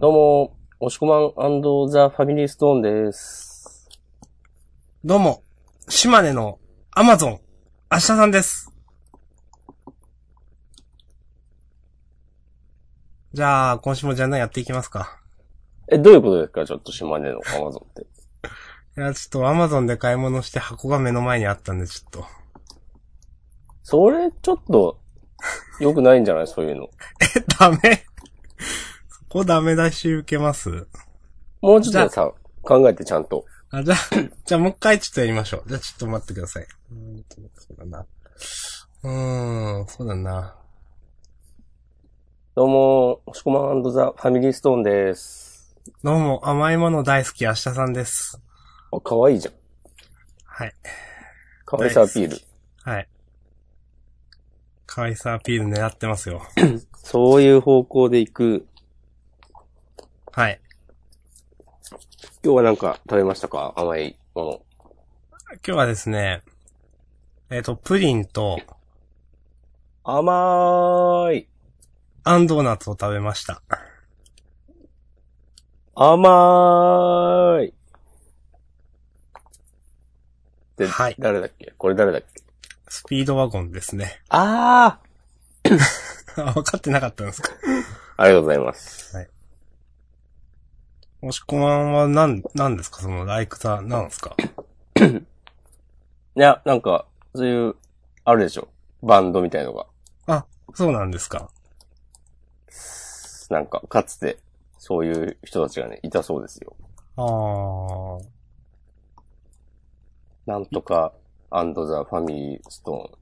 どうも、おしこまんザ・ファミリーストーンです。どうも、島根のアマゾン、明日さんです。じゃあ、今週もじゃんなやっていきますか。え、どういうことですかちょっと島根のアマゾンって。いや、ちょっとアマゾンで買い物して箱が目の前にあったんで、ちょっと。 それ、ちょっと、良くないんじゃないそういうの。え、ダメそこダメ出し受けますもうちょっとさ、考えてちゃんと。あ、じゃあ、じゃあもう一回ちょっとやりましょう。じゃあちょっと待ってください。うーんと、そうだな。うーん、そうだな。どうも、おしこまんザ・ファミリーストーンです。どうも、甘いもの大好き、明日さんです。あ、可愛いじゃん。はい。可愛さアピール。はい。可愛さアピール狙ってますよ。そういう方向で行く。はい。今日はなんか食べましたか甘いも今日はですね、えっ、と、プリンと、の。甘ーい。アンドーナツを食べました。甘ーい。で、はい誰だっけこれ誰だっけスピードワゴンですね。 あーあ分かってなかったんですかありがとうございます。もしこまんはなん、なんですかそのライクザ、なんですかいや、なんか、そういう、あるでしょ。バンドみたいのが。あ、そうなんですかなんか、かつて、そういう人たちがね、いたそうですよ。あー。なんとか、アンドザ・ファミリー・ストーン。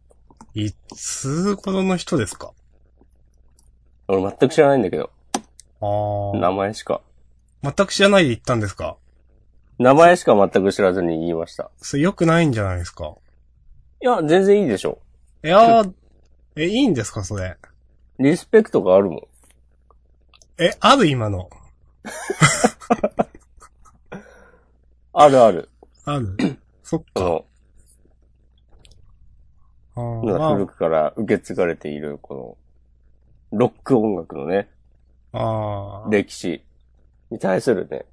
いつ頃の人ですか俺全く知らないんだけど、あー。名前しか、全く知らないで行ったんですか名前しか全く知らずに言いました。それ良くないんじゃないですかいや、全然いいでしょ。いやー、え、いいんですかそれ。リスペクトがあるもん。え、ある今の。あるある。ある そっそか。の、あーまあ古くから受け継がれている、この、ロック音楽のね、あー歴史に対するね、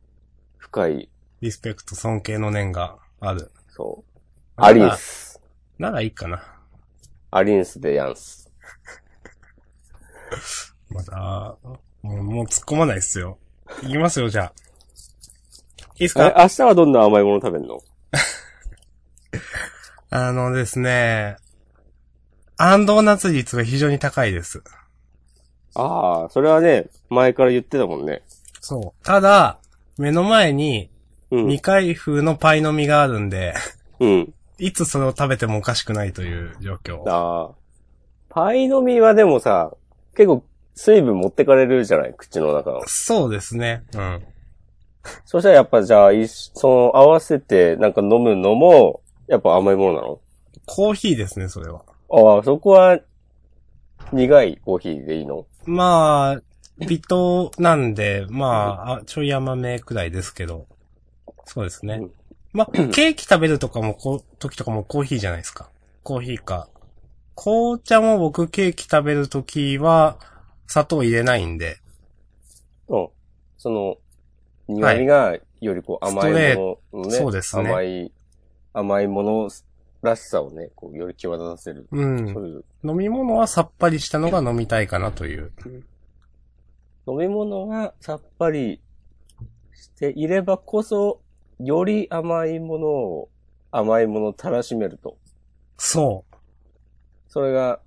深い、リスペクト尊敬の念がある。そう、アリンなス。ならいいかな。アリンスでやんす。まだ、もうもう突っ込まないっすよ。いきますよ、じゃあ。いいっすえか明日はどんな甘いもの食べんのあのですね、アンドーナツ率が非常に高いです。ああ、それはね、前から言ってたもんね。そう。ただ、目の前にうん未。開封のパイの実があるんで、うん。いつそれを食べてもおかしくないという状況。ああ。パイの実はでもさ、結構水分持ってかれるじゃない口の中の。そうですね。うん。そしたらやっぱじゃあ、いその合わせてなんか飲むのも、やっぱ甘いものなのコーヒーですね、それは。ああ、そこは、苦いコーヒーでいいのまあ、微糖なんで、まああ、ちょい甘めくらいですけど。そうですねうん。ま あ、ケーキ食べるとかもこ、時とかもコーヒーじゃないですか。コーヒーか。紅茶も僕ケーキ食べるときは、砂糖入れないんで、うん。その、苦味が、よりこう甘いもののね、ストレートそうですね甘い、甘いものらしさをね、こう、より際立たせる。うんそういう、飲み物はさっぱりしたのが飲みたいかなという。飲み物がさっぱりしていればこそ、より甘いものを、甘いものをたらしめると。そう。それが、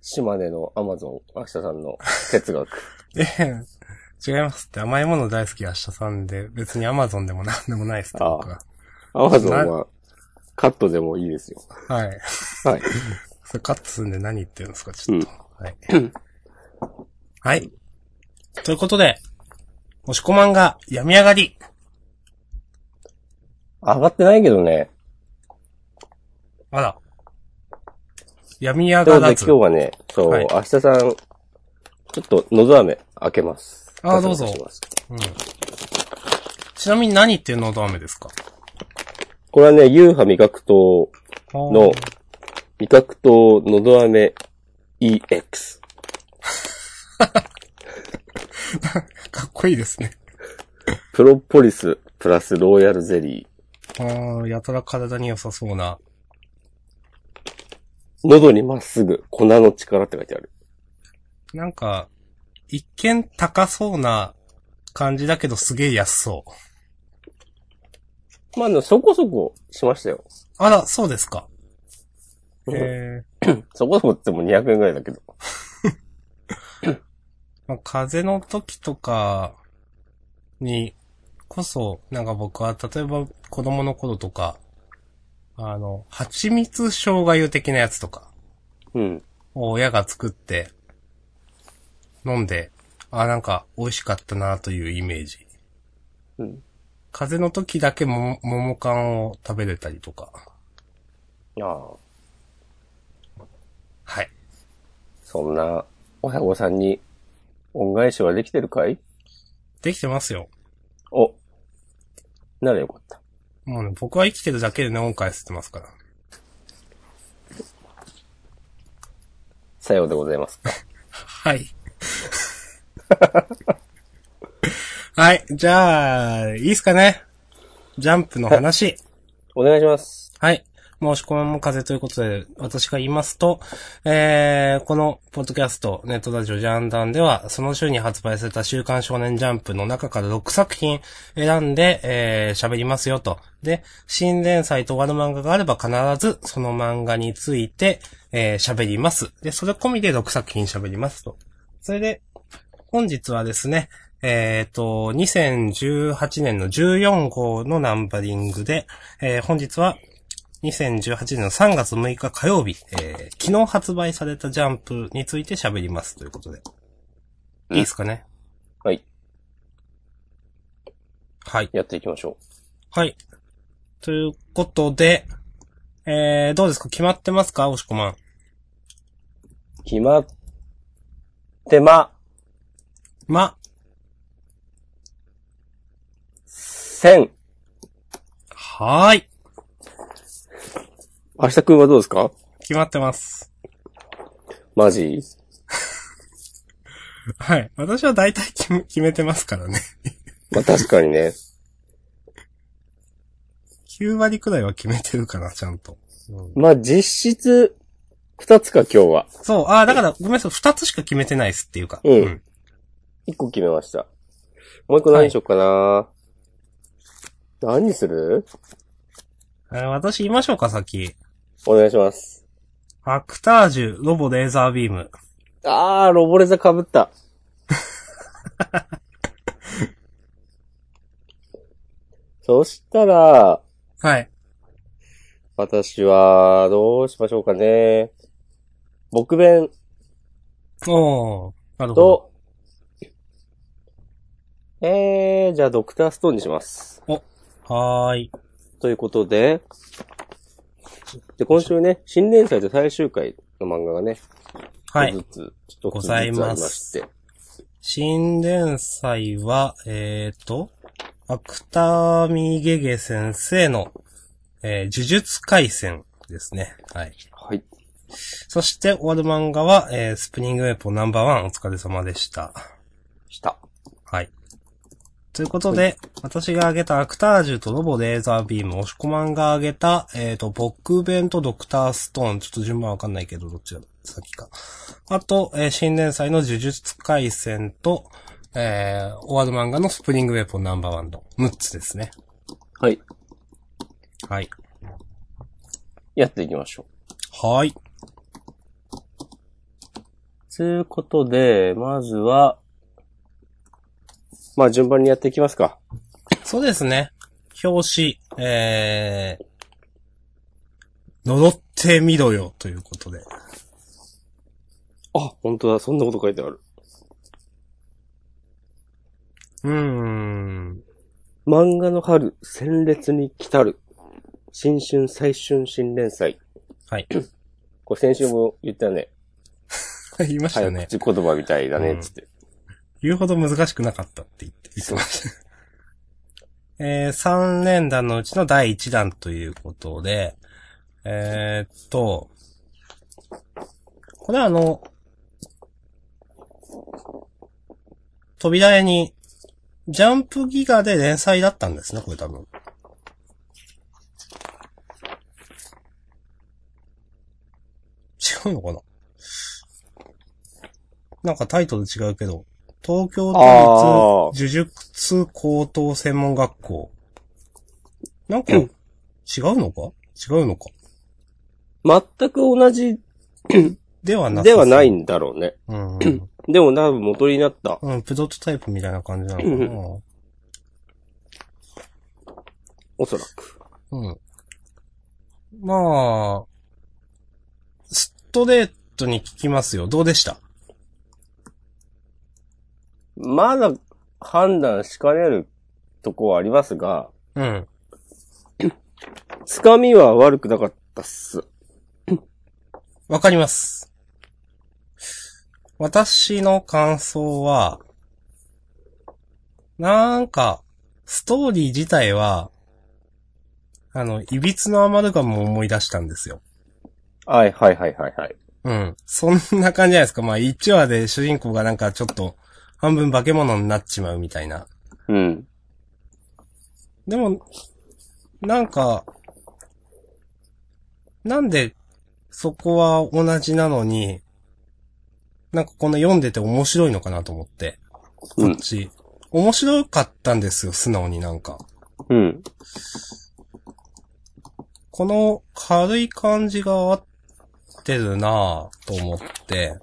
島根のアマゾン、明日さんの哲学。で、違いますって甘いもの大好き明日さんで、別にアマゾンでもなんでもないですって僕は。 アマゾンは、カットでもいいですよ。はい。はい。それカットするんで何言ってるんですか、ちょっと。はい。はい。 ということで、もしこまんが病み上がり。上がってないけどね。あら。病み上というがことでら今ず日。はね、そう、はい明日さん、ちょっと喉飴開けます。あーどうぞ出させてしますうんちなみに何っていうのど飴ですかこれはね、ユーハ味覚糖のの、味覚糖喉飴 EX。こいいですね。プロポリスプラスローヤルゼリー。ああ、やたら体に良さそうな。喉にまっすぐ、粉の力って書いてある。なんか、一見高そうな感じだけどすげえ安そう。まあでもそこそこしましたよ。あら、そうですか。うんえー、そこそこって言っても200円ぐらいだけど。まあ、風邪の時とかにこそ、なんか僕は、例えば子供の頃とか、あの、蜂蜜生姜湯的なやつとか。うん。親が作って、飲んで、あ、なんか美味しかったなというイメージ。うん。風邪の時だけも、桃缶を食べれたりとか。ああ、はい。そんな親御さんに恩返しはできてるかいできてますよ。お。ならよかった。もうね、僕は生きてるだけでね、恩返してますから。さようでございますか。はい。はい、じゃあ、いいっすかね。ジャンプの話。お願いします。はい。申し込みも風ということで、私が言いますと、えー、この、ポッドキャスト、ネットラジオジャンダンでは、その週に発売された週刊少年ジャンプの中から6作品選んで、えー、喋りますよと。で、新連載と終わる漫画があれば必ず、その漫画について、えー、喋ります。で、それ込みで6作品喋りますと。それで、本日はですね、えっ、と、2018年の14号のナンバリングで、えー本日は2018年の3月6日火曜日、えー昨日発売されたジャンプについて喋りますということで。いいですかねはい。はい。やっていきましょはい。ということで、えー、どうですか決まってますかおしこまん。う。決まってま、ま、せん。はーい。明日くんはどうですか決まってます。マジはい。私は大体決め決めてますからね。 まあ、確かにね。 9割くらいは決めてるかな、ちゃんと。まあ、実質、二つか今日は。そう、ああ、だから、ごめんなさい、2つしか決めてないですっていうか。うん一個決めました。もう一個何しよっかな、何するえー私言いましょうか、先。お願いします。アクタージュ、ロボ、レーザービーム。あー、ロボレザ被った。 そしたら、はい。私は、どうしましょうかね。僕弁おー、なるほど。と、えー、じゃあドクターストーンにします。はーい。ということで、で、今週ね、新連載と最終回の漫画がね、は一い。つずつ、一つごずつあざいりますまして。新連載は、えーと、アクターミゲゲ先生の、えー、呪術回戦ですね。はい。はい。そして、終わる漫画は、えー、スプリングウェポンナンバーワン、お疲れ様でした。した。はい。ということで、私が挙げたアクタージュとロボレーザービーム、押し込まんが挙げた、えっ、と、ボックベンとドクターストーン、ちょっと順番わかんないけど、どっちが先か。あと、えー新連載の呪術回戦と、えー、終わる漫画のスプリングウェポンナンバーワンの6つですね。はい。はい。やっていきましょはい。う。ということで、まずは、まあ順番にやっていきますか。そうですね。表紙、えー、呪ってみろよ、ということで。あ、本当だ、そんなこと書いてある。うーん。漫画の春、鮮烈に来たる。新春最春新連載。はい。これ先週も言ったね。 言いました早ね。口言葉みたいだうね、んつって。言うほど難しくなかったって言って言ってました。えー、3連弾のうちの第1弾ということで、えー、っと、これはあの、扉絵にジャンプギガで連載だったんですね、これ多分。違うのかななんかタイトル違うけど、東京あー都立呪術高等専門学校。なんか、う違んうのか違うのか全く同じではなさそうではない。んだろうね。うんうん。でも多分元になった。うん、プロトタイプみたいな感じなのおそらく。かな。うん。まあ、ストレートに聞きますよ。どうでしたまだ判断しかねるとこはありますが、うん。つかみは悪くなかったっす。わかります。私の感想は、なんか、ストーリー自体は、あの、いびつのアマルガムを思い出したんですよ。はいはいはいはいはい。うん。そんな感じじゃないですか。まあ、1話で主人公がなんかちょっと、半分化け物になっちまうみたいな。うん。でも、なんか、なんで、そこは同じなのに、なんかこの読んでて面白いのかなと思って、うこんっ。ち。面白かったんですよ、素直になんか。うん。この軽い感じが合ってるなぁと思って、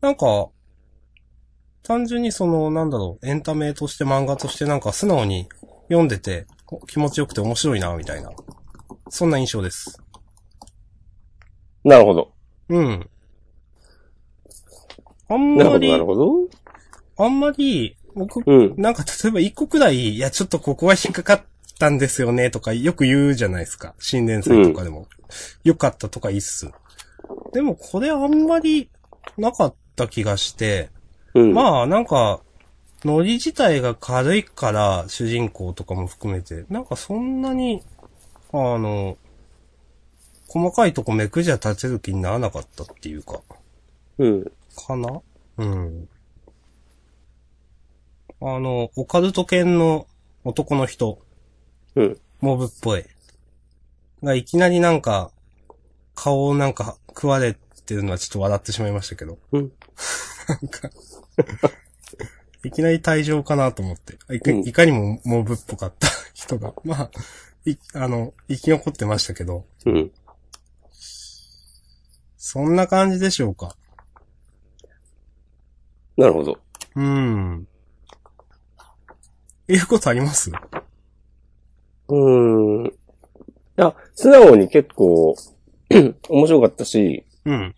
なんか、単純にその、なんだろう、エンタメとして漫画としてなんか素直に読んでてお気持ちよくて面白いなぁみたいな。そんな印象です。なるほど。うん。あんなるまほど、りなる、ほど。あんまり、僕、うん。なんか例えば一個くらい、いや、ちょっとここは引っかかったんですよね、とかよく言うじゃないですか。新年祭とかでも。よかったとかいいっす。でもこれあんまりなかった気がして、うん。まあなんか、ノリ自体が軽いから、主人公とかも含めて、なんかそんなに、あの、細かいとこめくじゃ立てる気にならなかったっていうか。うん。かなうん。あの、オカルト犬の男の人、うん。モブっぽい。がいきなりなんか、顔をなんか食われてるのはちょっと笑ってしまいましたけど。うん。いきなり退場かなと思って。いかうんいかにもモブっぽかった人が。まあ、い、あの、生き残ってましたけど。うん。そんな感じでしょうか。なるほど。うん。言うことありますうーん。いや、素直に結構、 面白かったし、うん。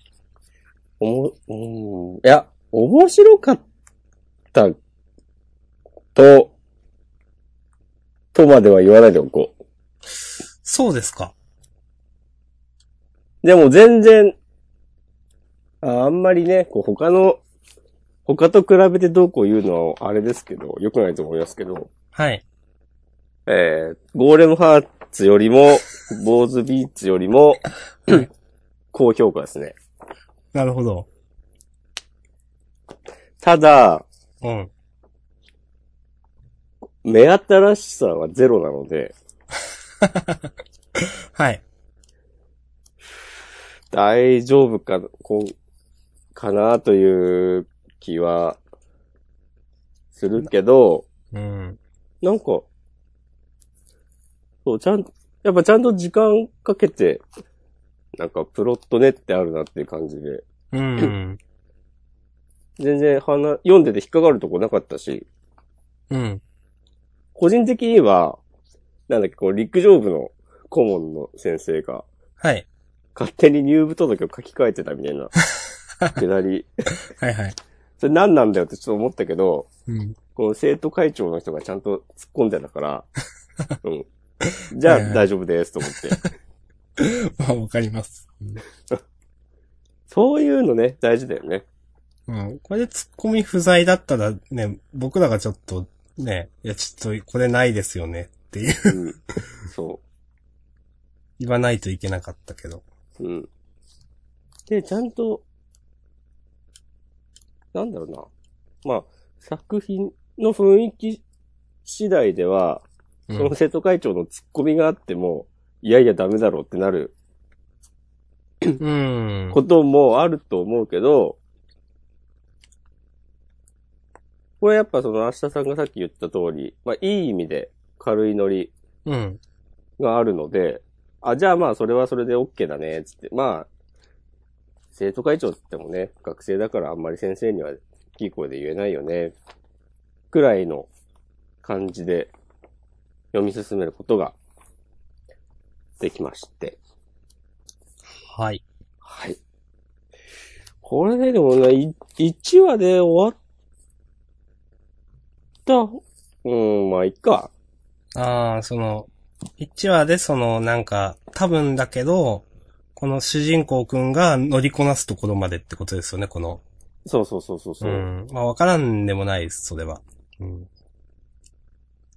おも、うーん。いや、面白かった、と、とまでは言わないでおこう。そうですか。でも全然、ああんまりね、こう他の、他と比べてどうこう言うのはあれですけど、良くないと思いますけど、はい。えー、ゴーレムハーツよりも、坊主ビーチよりも、高評価ですね。なるほど。ただ、うん。目新しさはゼロなので、はい。大丈夫か、こう、かなという気は、するけど、うん。なんか、そう、ちゃん、やっぱちゃんと時間かけて、なんかプロットねってあるなっていう感じで、 うん。全然話、読んでて引っかかるとこなかったし、うん。個人的には、なんだっけ、こう、陸上部の顧問の先生が、はい。勝手に入部届を書き換えてたみたいな、くだり。はいはい。それ何なんだよってちょっと思ったけど、うん。 この生徒会長の人がちゃんと突っ込んでたから、うん。じゃあはいはい大丈夫ですと思って。まあ、わかります。そういうのね、大事だよ ね。うん。これで突っ込み不在だったらね、僕らがちょっとね、いや、ちょっとこれないですよねっていう うん。そ言わないといけなかったけど。う。うん。で、ちゃんと、なんだろうな。まあ、作品、の雰囲気次第では、うそのん。生徒会長の突っ込みがあっても、いやいやダメだろうってなるうん。こともあると思うけど、これやっぱその明日さんがさっき言った通り、まあいい意味で軽いノリうん。があるので、あ、じゃあまあそれはそれで OK だね、つって。まあ、生徒会長って言ってもね、学生だからあんまり先生には大きい声で言えないよね、くらいの感じで読み進めることができまして。はい。はい。これね、でもね、1話で終わった、うん、まあいいか。ああ、その、1話でその、なんか、多分だけど、この主人公くんが乗りこなすところまでってことですよね、この。そうそうそうそうそうう。ん。まあ、わからんでもないです、それは。うん。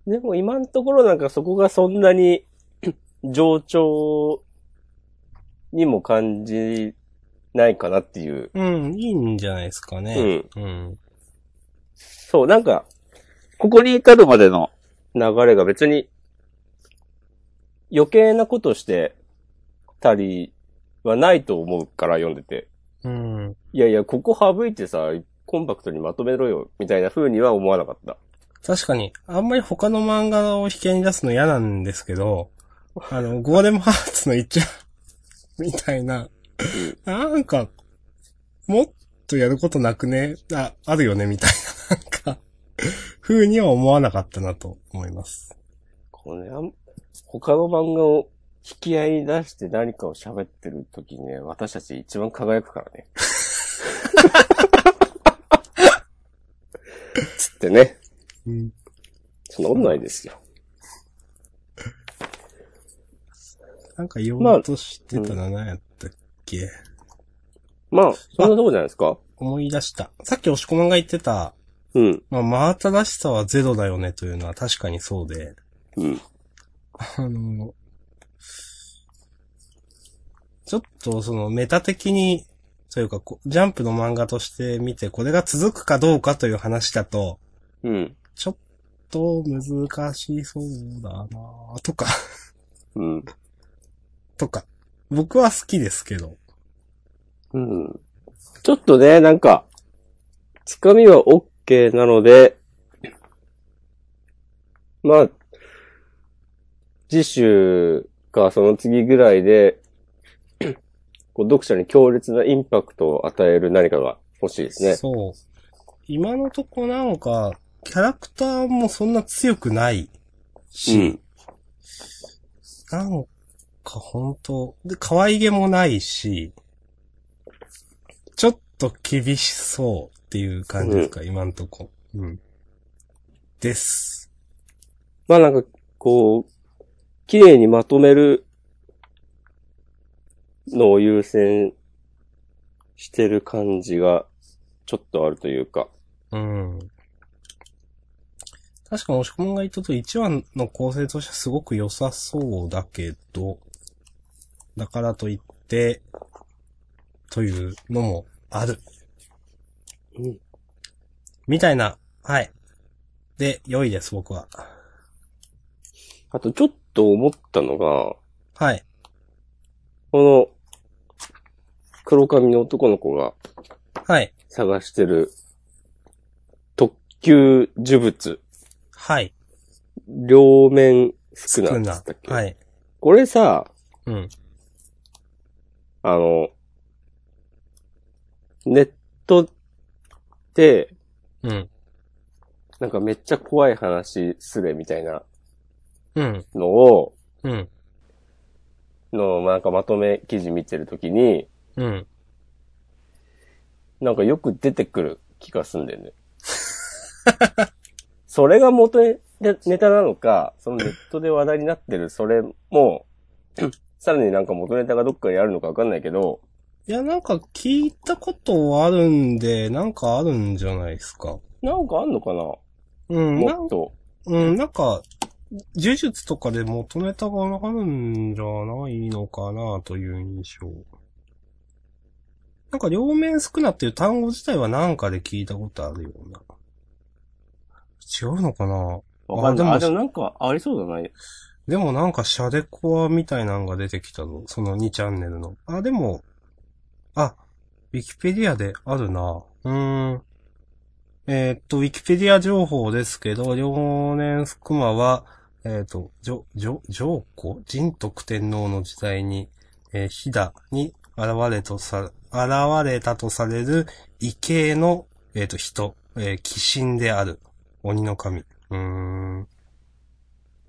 でも今のところなんかそこがそんなに 上調にも感じないかなっていう。うん、いいんじゃないですかね。うん。うん。そう、なんかここに至るまでの、流れが別に余計なことしてたりはないと思うから読んでて。うん。いやいや、ここ省いてさ、コンパクトにまとめろよ、みたいな風には思わなかった。確かに、あんまり他の漫画を引き合いに出すの嫌なんですけ ど、あの、ゴーレムハーツの一応 みたいな、なんか、もっとやることなくね、あ、あるよね、みたいな、なんか、風には思わなかったなと思います。これは、他の漫画を引き合いに出して何かを喋ってる時にね、私たち一番輝くからね。つってね、うん。そんなことないですよ。なんか言おうとしてたら何やったっけ、まあ、そんなとこじゃないですか思い出した。さっき押し込まんが言ってた、うん、まあ、真新らしさはゼロだよねというのは確かにそうで、うん、あの、ちょっとそのメタ的に、というかこう、ジャンプの漫画として見て、これが続くかどうかという話だと、うん、ちょっと難しそうだなぁとか、うん、とか。僕は好きですけど。うん。ちょっとね、なんか、つかみは OK なので、まあ、次週かその次ぐらいで、こう読者に強烈なインパクトを与える何かが欲しいですね。そう。今のとこなんか、キャラクターもそんな強くないし、うんなんか本当で、可愛げもないし、ちょっと厳しそうっていう感じですか、今んとこ。うん。です。まあなんか、こう、綺麗にまとめるのを優先してる感じがちょっとあるというか。うん。確かに押し込みが言ったと1話の構成としてはすごく良さそうだけど、だからといって、というのもある。うんみたいな、はい。で、良いです、僕は。あとちょっと思ったのが、はい。この、黒髪の男の子がはい。探してる特級呪物、はい。両面少な少っつなったっ。け、はい。これさ、うん。あの、ネットで、うん。なんかめっちゃ怖い話すれみたいなうん。のを、うん。の、なんかまとめ記事見てるときに、うん。なんかよく出てくる気がすんだよね。 それが元ネネタなのか、そのネットで話題になってるそれ も、さらになんか元ネタがどっかにあるのかわかんないけど、いや、なんか聞いたことはあるんで、なんかあるんじゃないですか。なんかあんのかなうん。なんもっと。うん、なんか、呪術とかで元ネタがあるんじゃないのかなという印象。なんか、両面少なっていう単語自体はなんかで聞いたことあるような。違うのかなわかんない。ああ、ででももなんかありそうだな。でもなんかシャデコアみたいなのが出てきたぞ。その2チャンネルの。あ、でも、あ、ウィキペディアであるな。うーん。えーっと、ウィキペディア情報ですけど、両年福間は、えーっと、ジョ、ジョ、ジョーコ仁徳天皇の時代に、えー、飛騨に現れとさ、現れたとされる異形の、えーっと、人、えー、鬼神である。鬼の神。うーん。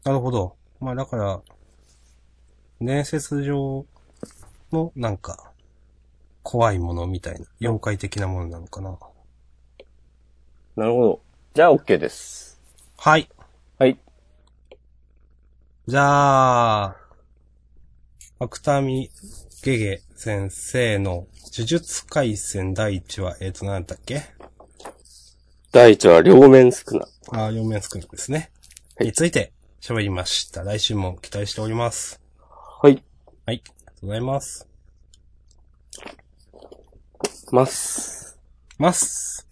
なるほど。まあだから、伝説上のなんか、怖いものみたいな、妖怪的なものなのかな。なるほど。じゃあ OK です。はい。はい。じゃあ、芥見ゲゲ先生の呪術回戦第1話、えっ、と、なんだっけ第一は両面少な。ああ、4面少なくですね。はいについて喋りました。来週も期待しております。はい。はい。ありがとうございます。ます。ます。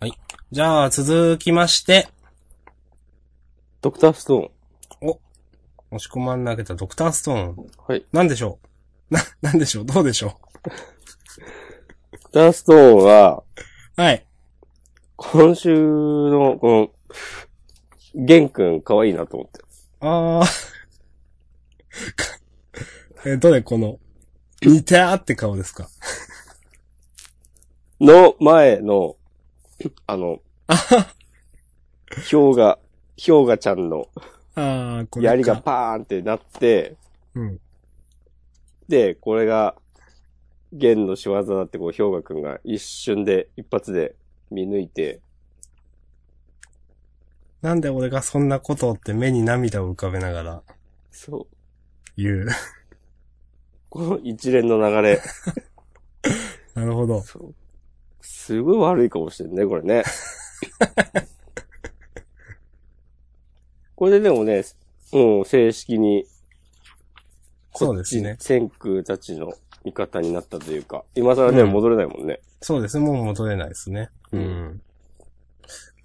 はい。じゃあ、続きまして、ドクタースト押し込まん投げたドクターストーン。ーン。はい。なんでしょうな、 なんでしょうどうでしょドクターストーンは、うはい。今週の、この、ゲン君可愛いなと思って。あー。 え、どれこの、似てーって顔ですかの前の、あの、氷河、氷河ちゃんのあー、これか。槍がパーンってなって、うん。で、これが、弦の仕業だってこう、氷河くんが一瞬で、一発で見抜いて、なんで俺がそんなことをって目に涙を浮かべながらそう。言う。 この一連の流れ。なるほど。そう。すごい悪い顔してるね、これね。これででもね、うん、正式に、そうですね。先空たちの味方になったというか、今更ね、うん戻れないもんね。そうですね、もう戻れないですね。うん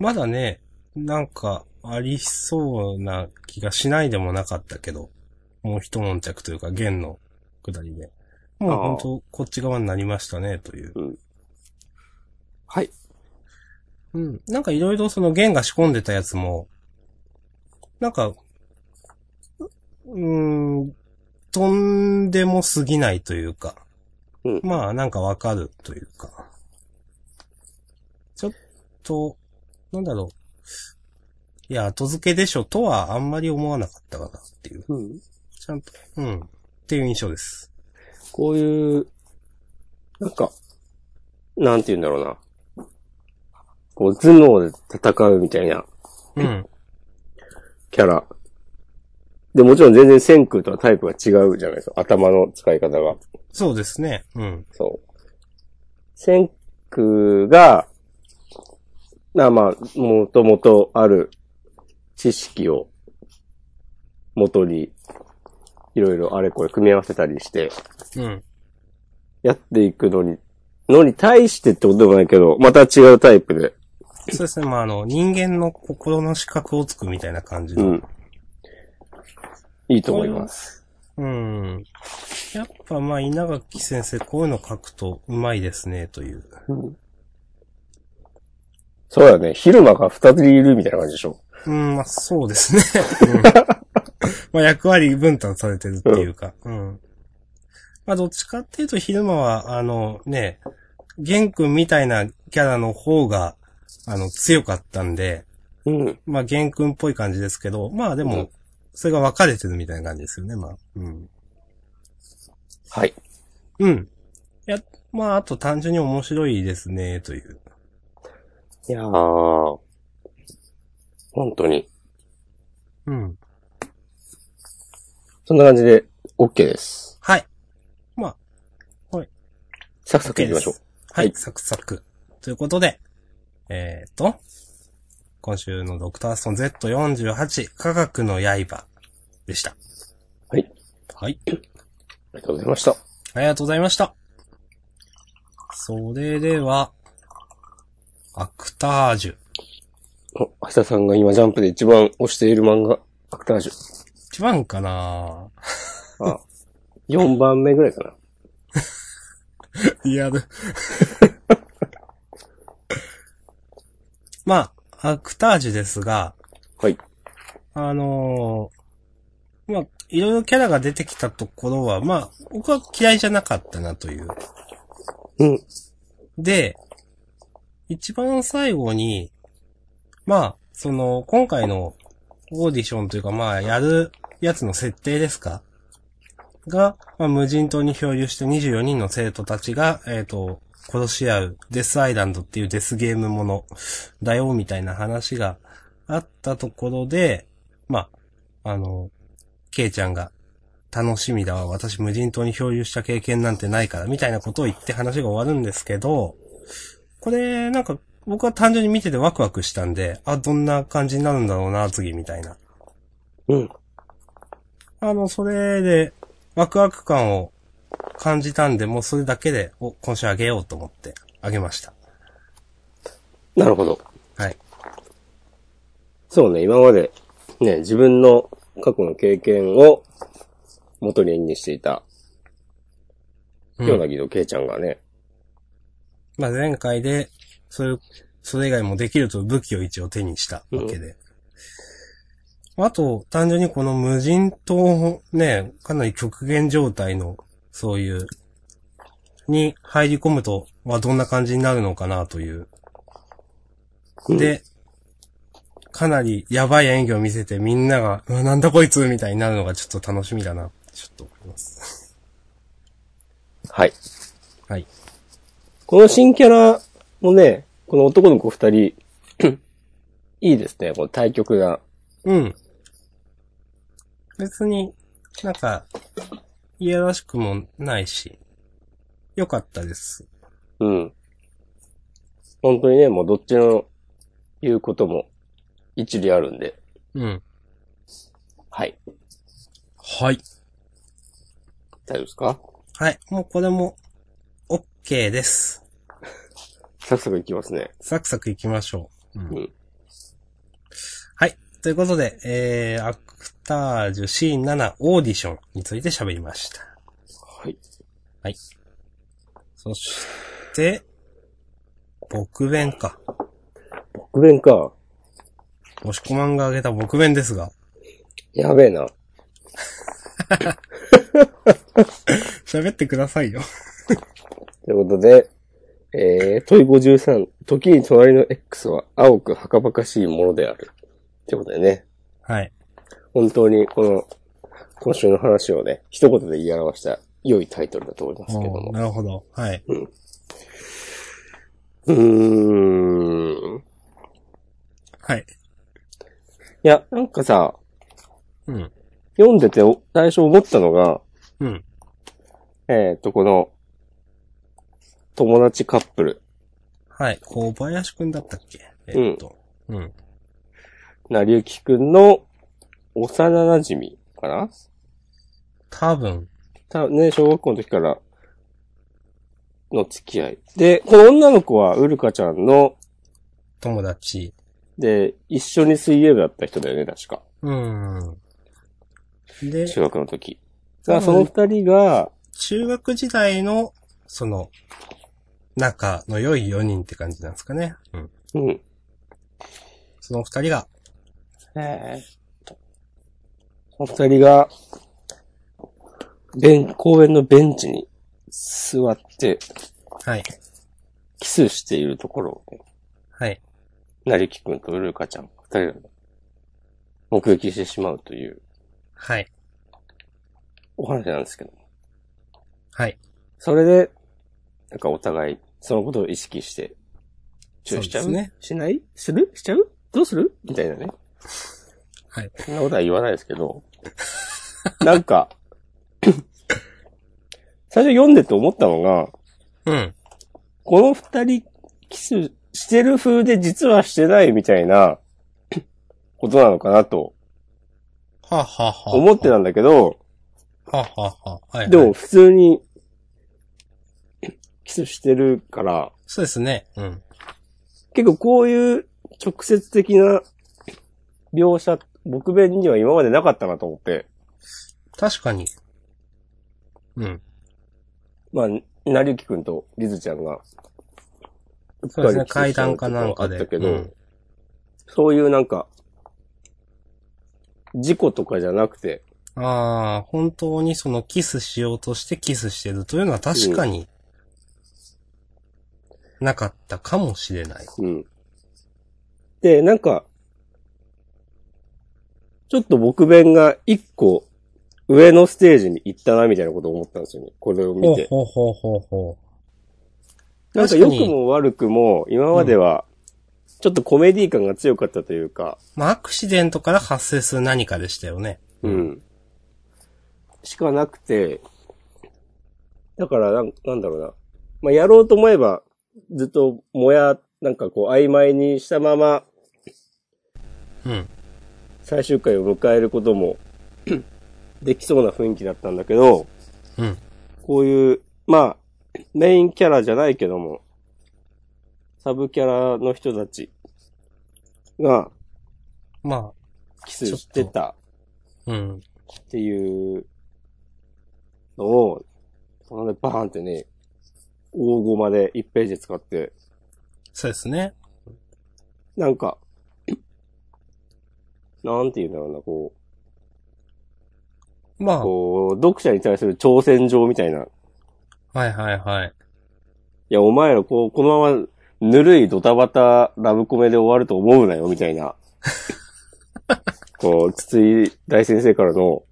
まだね、なんか、ありそうな気がしないでもなかったけど、もう一悶着というか、弦の下りで。もうああ本当こっち側になりましたね、という。はい。うん。なんかいろいろその弦が仕込んでたやつも、なんか、うーん、とんでも過ぎないというか、うんまあなんかわかるというか、ちょっと、なんだろう。いや、後付けでしょとはあんまり思わなかったかなっていう。うん。ちゃんと、うん。っていう印象です。こういう、なんか、なんて言うんだろうな。こう、頭脳で戦うみたいなうん。キャラ。で、もちろん全然先空とはタイプが違うじゃないですか。頭の使い方が。そうですね。うん。そう。先空が、なまあ、もともとある知識を元に、いろいろあれこれ組み合わせたりして、うん。やっていくのに、のに対してってことでもないけど、また違うタイプで。そうですね。まああの、人間の心の資格をつくみたいな感じうの。ん。いいと思います。うん。やっぱまあ、稲垣先生、こういうの書くとうまいですね、という。そうだね。昼間が二人いるみたいな感じでしょ。うん、まあそうですね。 うんまあ役割分担されてるっていうか。うん。まあどっちかっていうと、昼間は、あのね、玄君みたいなキャラの方が、あの、強かったんで、うん。まあ玄君っぽい感じですけど、まあでうんも、それが分かれてるみたいな感じですよね、まあ。うん。はい。うん。いや、まああと単純に面白いですね、という。いやー、本当に。うん。そんな感じで、OK です。はい。まあ、サクサクいきましょう。ははいい、サクサク。ということで、えーと、今週のドクターストーン Z48 科学の刃でした。はい。はい。ありがとうございました。ありがとうございました。それでは、アクタージュ。お明日さんが今ジャンプで一番推している漫画、アクタージュ。一番かなあ、4番目ぐらいかな。リアル。 まあ、アクタージュですが、はい。あのーまあ、いろいろキャラが出てきたところは、まあ、僕は嫌いじゃなかったなという。うん。で、一番最後に、まあ、その、今回のオーディションというか、まあ、やるやつの設定ですかが、まあ、無人島に漂流して24人の生徒たちが、えっ、と、殺し合うデスアイランドっていうデスゲームものだよ、みたいな話があったところで、まあ、あの、ケイちゃんが、楽しみだわ。私無人島に漂流した経験なんてないから、みたいなことを言って話が終わるんですけど、これ、なんか、僕は単純に見ててワクワクしたんで、あ、どんな感じになるんだろうな、次、みたいな。うん。あの、それで、ワクワク感を感じたんで、もうそれだけで、お、今週あげようと思って、あげました。なるほど。はい。そうね、今まで、ね、自分の過去の経験を元に演技していた、うん今日の木戸ケイちゃんがね、まあ、前回で、それ、それ以外もできるという武器を一応手にしたわけで。あと、単純にこの無人島、ね、かなり極限状態の、そういう、に入り込むとはどんな感じになるのかなという。で、かなりやばい演技を見せてみんなが、うわなんだこいつみたいになるのがちょっと楽しみだな、ちょっと思います。はい。はい。この新キャラもね、この男の子二人、 いいですね、この対局が。うん。別に、なんか、いやらしくもないし、よかったです。うん。本当にね、もうどっちの言うことも一理あるんで。うん。はい。はい。大丈夫ですかはい。もうこれも、OK です。サクサクいきますね。サクサクいきましょう。うんはい。ということで、えー、アクタージュシーン7オーディションについて喋りました。はい。はい。そして、僕弁か。僕弁か。押し込まんが挙げた僕弁ですが、やべえな。喋ってくださいよ。ということで、えー、問い53、時に隣の X は青くはかばかしいものである。ということでね、はい。本当にこの、今週の話をね、一言で言い表した良いタイトルだと思いますけどおーも。なるほど。はい。うーん。いはい。や、なんかさ、うん。読んでてお最初思ったのが、うん。えっ、と、この、友達カップル、はい。小林くんだったっけえっと。うん。なりゆきくんの幼馴染かな多分。たね、小学校の時からの付き合い。で、この女の子はウルカちゃんの、友達。で、一緒に水泳部だった人だよね、確か。うん。で、中学の時。だからその二人が、中学時代の、その、仲の良い4人って感じなんですかね。うん。うん。その2人が、えその二人が、ベン、公園のベンチに座ってはい。キスしているところをね、はい。なりきくんとウルカちゃん、二人が目撃してしまうというはい。お話なんですけど。はい。それで、なんかお互い、そのことを意識して、チューしちゃうそうですねしないするしちゃうどうするみたいなね。はい。そんなことは言わないですけど、なんか、最初読んでて思ったのが、うん。この二人キスしてる風で実はしてないみたいなことなのかなとはあ、はあはあ、思ってたんだけど、はあ、はあはあ、はい、はい。でも普通にキスしてるから、そうですね。うん。結構こういう直接的な描写、僕弁には今までなかったなと思って、確かに。うん。まあ、なりゆきくんとりずちゃんが、そうですね。階段かなんかあで。ったけど、うんそういうなんか、事故とかじゃなくて、ああ、本当にそのキスしようとしてキスしてるというのは確かに、なかったかもしれない。うん。で、なんか、ちょっと僕弁が一個上のステージに行ったなみたいなことを思ったんですよね。これを見ほうて。ほうほうほうほう。なんか確良くにも悪くも、今までは、ちょっとコメディ感が強かったというか、まあ、アクシデントから発生する何かでしたよね。うん。しかなくて、だからなん、なんだろうな。まあ、やろうと思えば、ずっと、もや、なんかこう、曖昧にしたまま、うん。最終回を迎えることも、 できそうな雰囲気だったんだけど、うん。こういう、まあ、メインキャラじゃないけども、サブキャラの人たちがまキスしてたあ、うん。っていうのを、そのね、バーンってね、大ゴマで1ページ使って、そうですね。なんか、なんて言うんだろうな、こまう、あ、こう、読者に対する挑戦状みたいな。いはいはいはい。や、お前らこう、このまま、ぬるいドタバタラブコメで終わると思うなよ、みたいな。こう、筒井大先生からの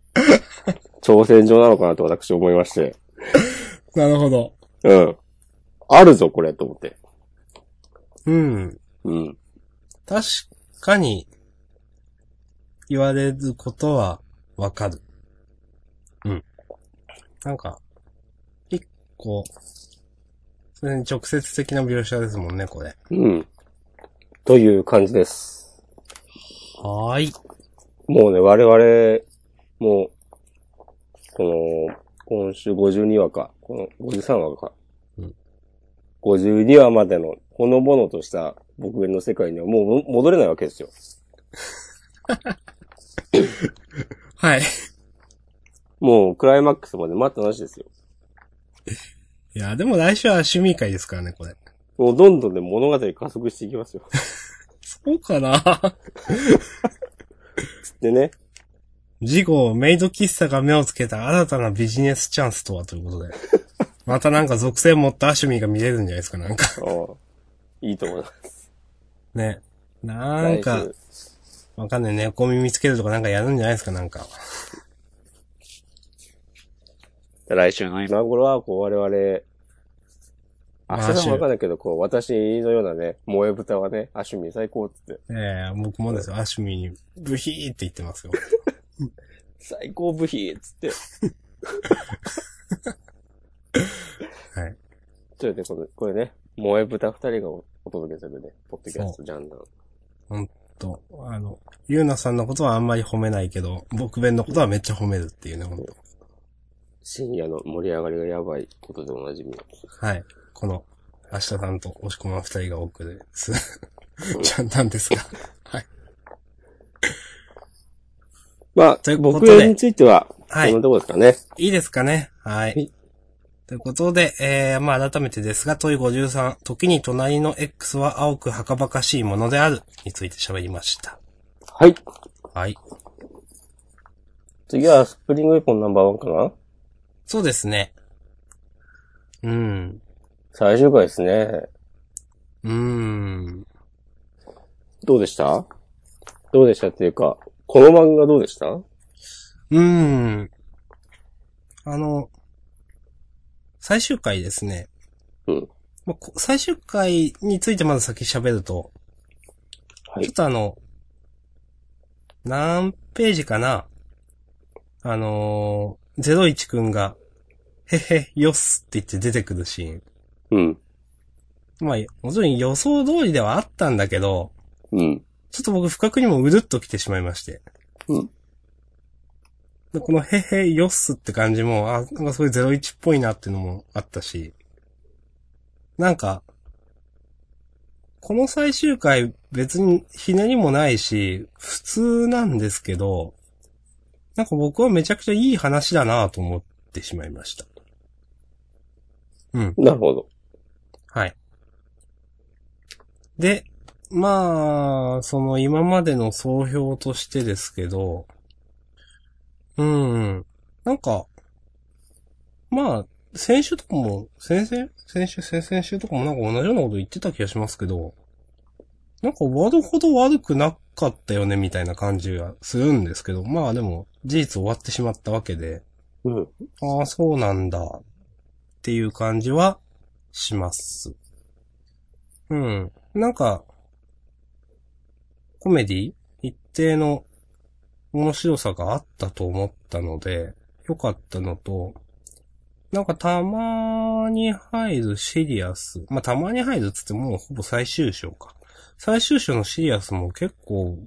挑戦状なのかなと私思いまして。なるほど。うん。あるぞ、これ、と思って。うん。うん。確かに、言われることはわかる。うん。なんか、一個、それに直接的な描写ですもんね、これ。うん。という感じです。はーい。もうね、我々、もう、この、今週52話か、この53話か、うん52話までの、ほのぼのとした僕弁の世界にはもうも戻れないわけですよ。はい。もう、クライマックスまで待ったなしですよ。いや、でも来週は趣味会ですからね、これ。もう、どんどんね、物語加速していきます よ。そうかな つってね。事後、メイド喫茶が目をつけた新たなビジネスチャンスとはということで。またなんか属性持った趣味が見れるんじゃないですか、なんか。ああいいと思います。ね。 なん来か週、わかんない。猫耳見つけるとかなんかやるんじゃないですか、なんか。来週の今、今頃は、こう、我々、明日さんもわかんないけど、こう、私のようなね、萌え豚はね、アシュミ最高っつって、ええ僕もですよ、アシュミに、ブヒーって言ってますよ。最高部品っつって、 はい。ちょっとね、これこれね、萌え豚二人がおお届けするね、ポッドキャストジャンダン。と、あの、ゆうなさんのことはあんまり褒めないけど、僕弁のことはめっちゃ褒めるっていうね、ほんと。深夜の盛り上がりがやばいことでおなじみの。はい。この、明日さんと押し込まん二人が多くです。 ちゃんなんですが。まあとい、うこと僕でについては、こはいんなとこですかね。いいですかねはいい。ということで、えー、まあ改めてですが、問い53、時に隣の X は青くはばかしいものである、について喋りました。はい。はい。次は、スプリングウェポンナンバーワンかなそうですね。うん。最終回ですね。うーん。どうでしたどうでしたっていうか、この漫画どうでしたうーん。あの、最終回ですね。うんまあこ最終回についてまず先喋ると、はいちょっとあの、何ページかなあのー、ゼロイチくんが、へへ、よっすって言って出てくるシーン。うん。まあ、もちろん予想通りではあったんだけど、うん。ちょっと僕、不覚にもうるっと来てしまいまして。うんでこの、へへ、よっすって感じも、あ、なんかすごい01っぽいなっていうのもあったし。なんか、この最終回、別にひねりもないし、普通なんですけど、なんか僕はめちゃくちゃいい話だなと思ってしまいました。うん。なるほど。はい。で、まあ、その今までの総評としてですけど、うん、なんか、まあ、先週とかも、先々、先週、先々週とかもなんか同じようなこと言ってた気がしますけど、なんかワードほど悪くなかったよねみたいな感じがするんですけど、まあでも、事実終わってしまったわけで、うん。ああ、そうなんだ。っていう感じはします。うん。なんか、コメディ一定の面白さがあったと思ったので、良かったのと、なんかたまに入るシリアス。まあ、たまに入るっつってもうほぼ最終章か。最終章のシリアスも結構、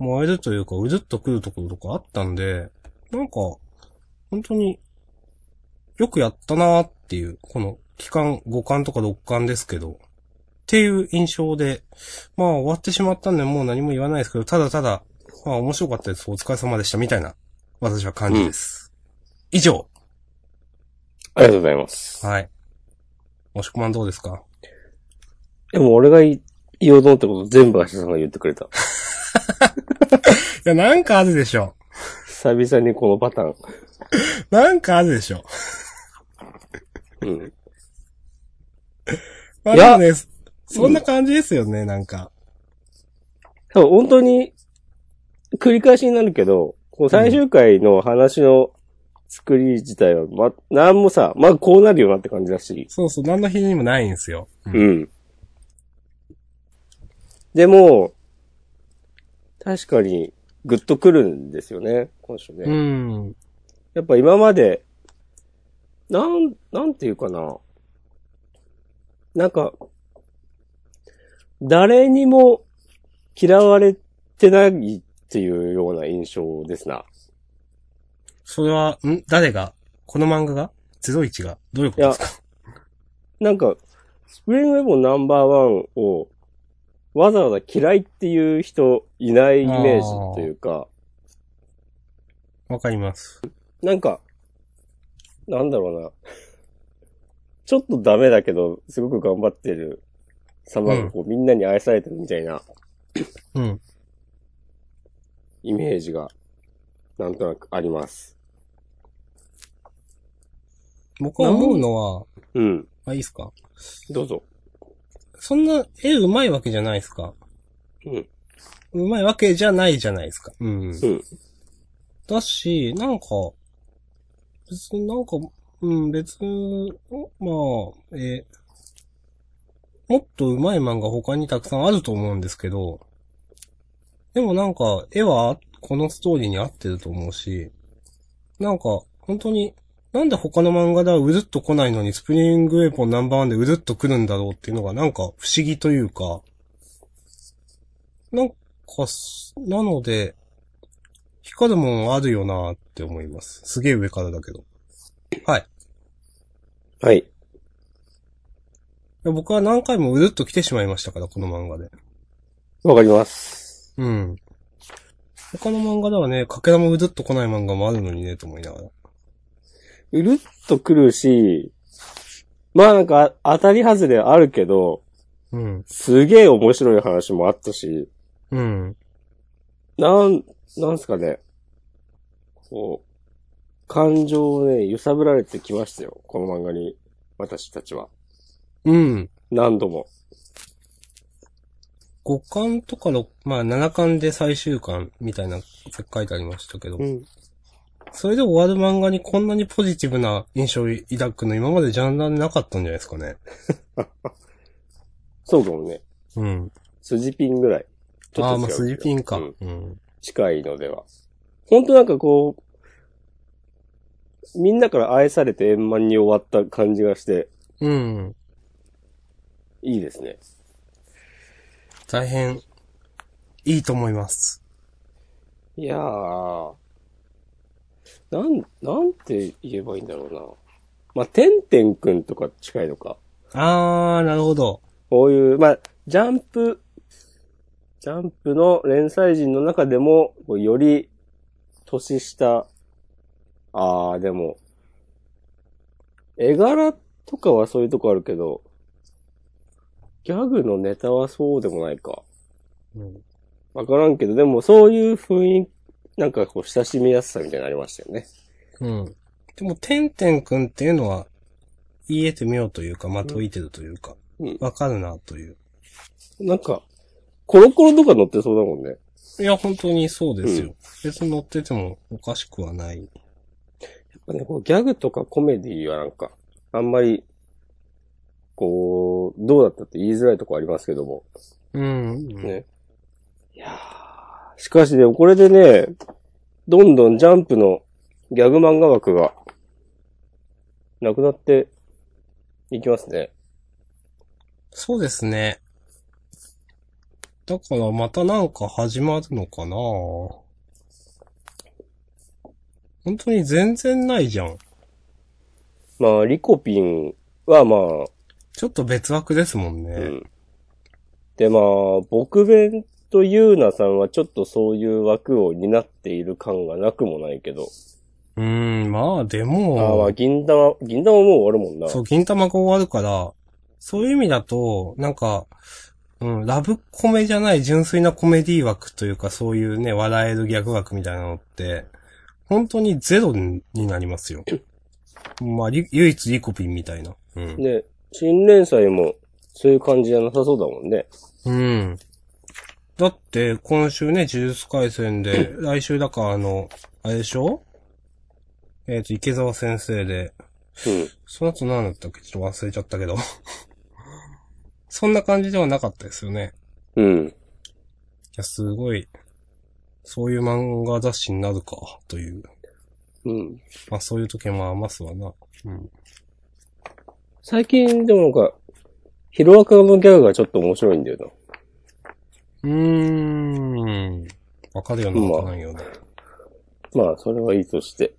燃えるというか、うずっとくるところとかあったんで、なんか、本当に、よくやったなーっていう、この期間5巻とか6巻ですけど、っていう印象で、まあ終わってしまったんでもう何も言わないですけど、ただただ、まあ面白かったです。お疲れ様でした。みたいな、私は感じです。以上。ありがとうございます。はい。もしくまんどうですかでも俺がい言おうと思ったこと全部明日さんが言ってくれ た。いや、なんかあるでしょ。久々にこのパターン。なんかあるでしょ。うん。まあいやでもね、そんな感じですよね、なんか。多分本当に、繰り返しになるけど、この最終回の話の作り自体は、ま、なんもさ、まあこうなるよなって感じだし。そうそう、何の日にもないんですよ。ううんん。でも、確かに、グッとくるんですよね、今週ね。うん。やっぱ今まで、なん、なんていうかな。なんか、誰にも嫌われてないっていうような印象ですな。それは、ん誰がこの漫画が ?01 がどういうことですかなんか、スプリングウェブナンバーワンをわざわざ嫌いっていう人いないイメージというか、わかります。なんか、なんだろうな。 ちょっとダメだけど、すごく頑張ってる様がこう、みんなに愛されてるみたいなうん。イメージが、なんとなくあります。僕は思うのは、うん。あ、いいですかどうぞ。そんな、絵うまいわけじゃないですか。うん。うまいわけじゃないじゃないですか。ううん。ん。だし、なんか、別になんか、うん、別に、まあ、えーもっと上手い漫画他にたくさんあると思うんですけど、でもなんか、絵はこのストーリーに合ってると思うし、なんか、本当に、なんで他の漫画ではうるっと来ないのに、スプリングウェポンナンバーワンでうるっと来るんだろうっていうのがなんか不思議というか、なんか、なので、光るもんあるよなって思います。すげえ上からだけど。はい。はい。僕は何回もうるっと来てしまいましたから、この漫画で。わかります。うん。他の漫画ではね、かけらもうるっと来ない漫画もあるのにね、と思いながら。うるっとくるし、まあなんか当たり外れあるけど、うん。すげえ面白い話もあったし、うん。なん、なんすかね。こう、感情をね、揺さぶられてきましたよ。この漫画に、私たちは。うん。何度も。 5巻とか6、まあ7巻で最終巻みたいな、書いてありましたけど、ん。それで終わる漫画にこんなにポジティブな印象を抱くの今までジャンダーでなかったんじゃないですかね。そうかもね。うん。筋ピンぐらい。ちょっと違うけどああー、まあ、筋ピンか。うんうん。近いのでは。ほんとなんかこう、みんなから愛されて円満に終わった感じがして、うん。いいですね。大変、いいと思います。いやー、なん、なんて言えばいいんだろうな。まあ、てんてんくんとか近いのか。あー、なるほど。こういう、まあ、ジャンプジャンプの連載人の中でも、こうより年下、あー、でも、絵柄とかはそういうとこあるけど、ギャグのネタはそうでもないか。うん。わからんけど、でもそういう雰囲気、なんかこう親しみやすさみたいなのありましたよね。うん。でも、てんてんくんっていうのは、言えてみようというか、まといてるというかうん、わかるなという。なんか、コロコロとか乗ってそうだもんね。いや、本当にそうですよ。別に乗っててもおかしくはない。やっぱね、こうギャグとかコメディはなんか、あんまり、こう、どうだったって言いづらいとこありますけども。うん。ね。いやーしかしね、これでね、どんどんジャンプのギャグ漫画枠が、なくなっていきますね。そうですね。だからまたなんか始まるのかな本当に全然ないじゃん。まあ、リコピンはまあ、ちょっと別枠ですもんね。うん。でまあ、僕弁とユーナさんはちょっとそういう枠を担っている感がなくもないけど。うーん、んまあでああ、まもあ、、銀玉、銀玉もう終わるもんな。そう、銀玉が終わるから、そういう意味だと、なんか、うん、ラブコメじゃない純粋なコメディ枠というか、そういうね、笑えるギャグ枠みたいなのって、本当にゼロになります よ。まあ、り唯一リコピンみたいな。うん。で、新連載も、そういう感じじゃなさそうだもんね。うん。だって、今週ね、呪術回戦 で、来週だからあの、あれでしょえっ、と、池澤先生で、うん。その後何だったっけちょっと忘れちゃったけど。 そんな感じではなかったですよね。うん。いや、すごい、そういう漫画雑誌になるか、という。うん。まあ、そういう時も余すわな。うん。最近、でもなんか、ヒロアカのギャグがちょっと面白いんだよな。うーん。わかるような、わからんような。まあ、それはいいとして。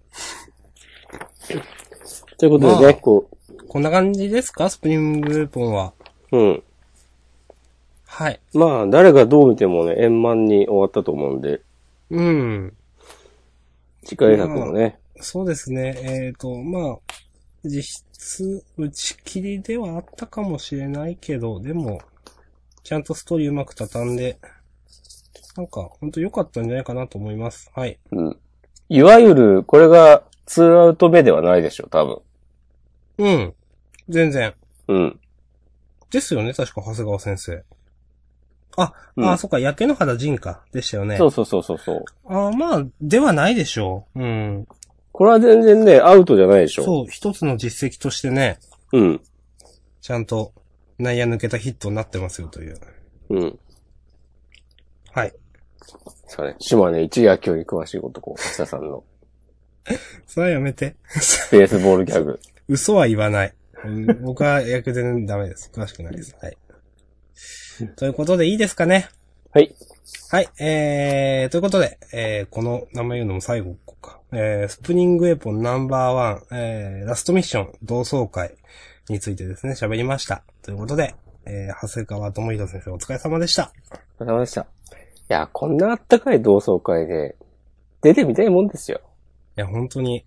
ということでね、まあここんな感じですかスプリングルーポンは。う、うん。はい。まあ、誰がどう見てもね、円満に終わったと思うんで、うん。次回作もね、そうですね。えっ、と、まあ、実質打ち切りではあったかもしれないけど、でも、ちゃんとストーリーうまく畳んで、なんか、ほんと良かったんじゃないかなと思います。はい。うん。いわゆる、これが、ツーアウト目ではないでしょ、多分。うん。全然。うん。ですですよね、確か、長谷川先生。あ、うんあ、そっか、焼け野原仁か、でしたよね。そうそうそうそうそう。あまあ、ではないでしょう。うん。これは全然ね、アウトじゃないでしょ。そう、一つの実績としてね、うん。ちゃんと、内野抜けたヒットになってますよ、という。うん。はい。そうね。島根一野球に詳しい男、橋田さんのそれはやめて。ベースボールギャグ。嘘は言わない。うん僕は役全然ダメです。詳しくないです。はい。ということで、いいですかね。はい。はい。えー、ということで、えー、この名前言うのも最後か。えー、スプリングエポンナンバーワン、えー、ラストミッション同窓会についてですね、喋りました。ということで、えー、長谷川智弘先生お疲れ様でした。お疲れ様でした。いや、こんなあったかい同窓会で、出てみたいもんですよ。いや、本当に、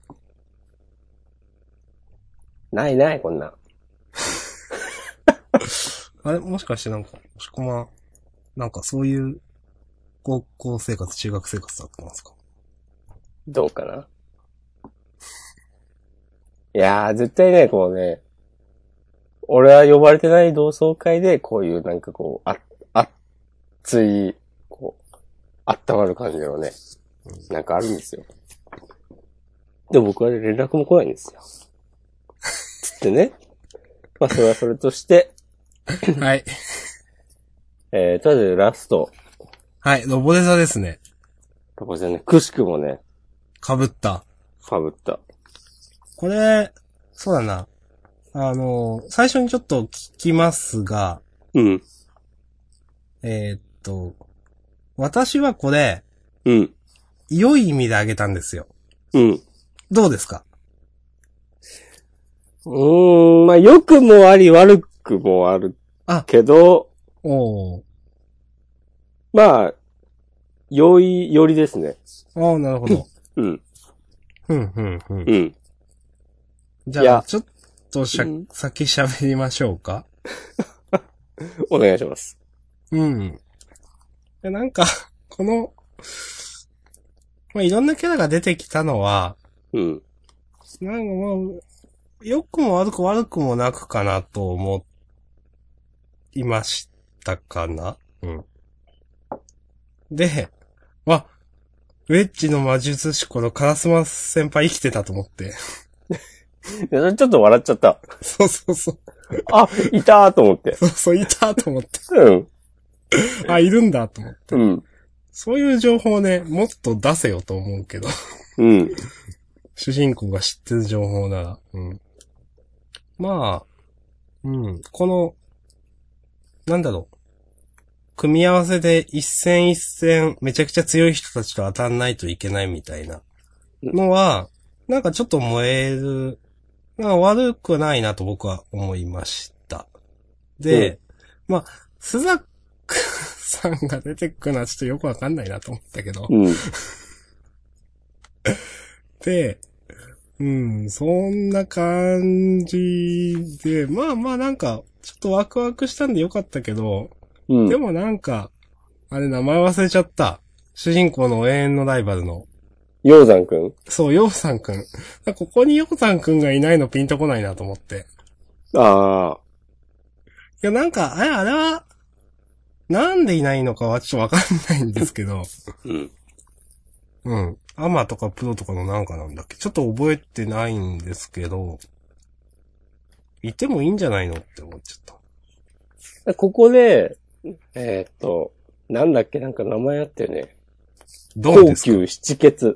ないない、こんな。あれ、もしかしてなんか、押し込まん、なんかそういう、高校生活、中学生活だったんですかどうかな。いやー、絶対ね、こうね、俺は呼ばれてない同窓会で、こういうなんかこう、あ、あ熱い、こう、温まる感じのね、なんかあるんですよ。で、僕はね、連絡も来ないんですよ。つってね。まあ、それはそれとして、 はい。えー、とりあえずラスト、はい、ロボデザですね。とこじゃね、くしくもね、被った。かぶった。これ、そうだな。あの、最初にちょっと聞きますが、うん、えーっと、私はこれ、うん、良い意味であげたんですよ。うん。どうですかうーん、まあ、良くもあり悪くもあるあけど、おーまあ、容易、よりですね。ああ、なるほど。うん、うん、うん、うん。うん。いじゃあ、やちょっとしゃうん、先喋りましょうか。お願いします。うん。で、なんか、この、まあ、いろんなキャラが出てきたのは、うん。なんかもう、良くも悪く悪くもなくかなと思いましたかな。うん。で、わ、ウェッジの魔術師このカラスマ先輩生きてたと思って。 いやちょっと笑っちゃった。そうそうそう。あ、いたーと思って。そうそう、いたと思って。うん。あ、いるんだと思って。うん。そういう情報ね、もっと出せよと思うけど。うん。主人公が知ってる情報なら。うん。まあ、うん。この、なんだろう。組み合わせで一戦一戦、めちゃくちゃ強い人たちと当たんないといけないみたいなのは、なんかちょっと燃える、なんか悪くないなと僕は思いました。で、まあ、スザックさんが出てくるのはちょっとよくわかんないなと思ったけど。うん。で、うん、そんな感じで、まあまあなんか、ちょっとワクワクしたんでよかったけど、うん。でもなんか、あれ名前忘れちゃった。主人公の永遠のライバルの。ようざんくんそう、ヨウさんくん。なんかここにヨウさんくんがいないのピンとこないなと思って。ああ。いや、なんか、あれ、あれは、なんでいないのかはちょっとわかんないんですけど。うん。うん。アマとかプロとかのなんかなんだっけちょっと覚えてないんですけど、いてもいいんじゃないのって思っちゃっここで、えーっと、なんだっけなんか名前あったよね。た。どう高ですか級七欠。そう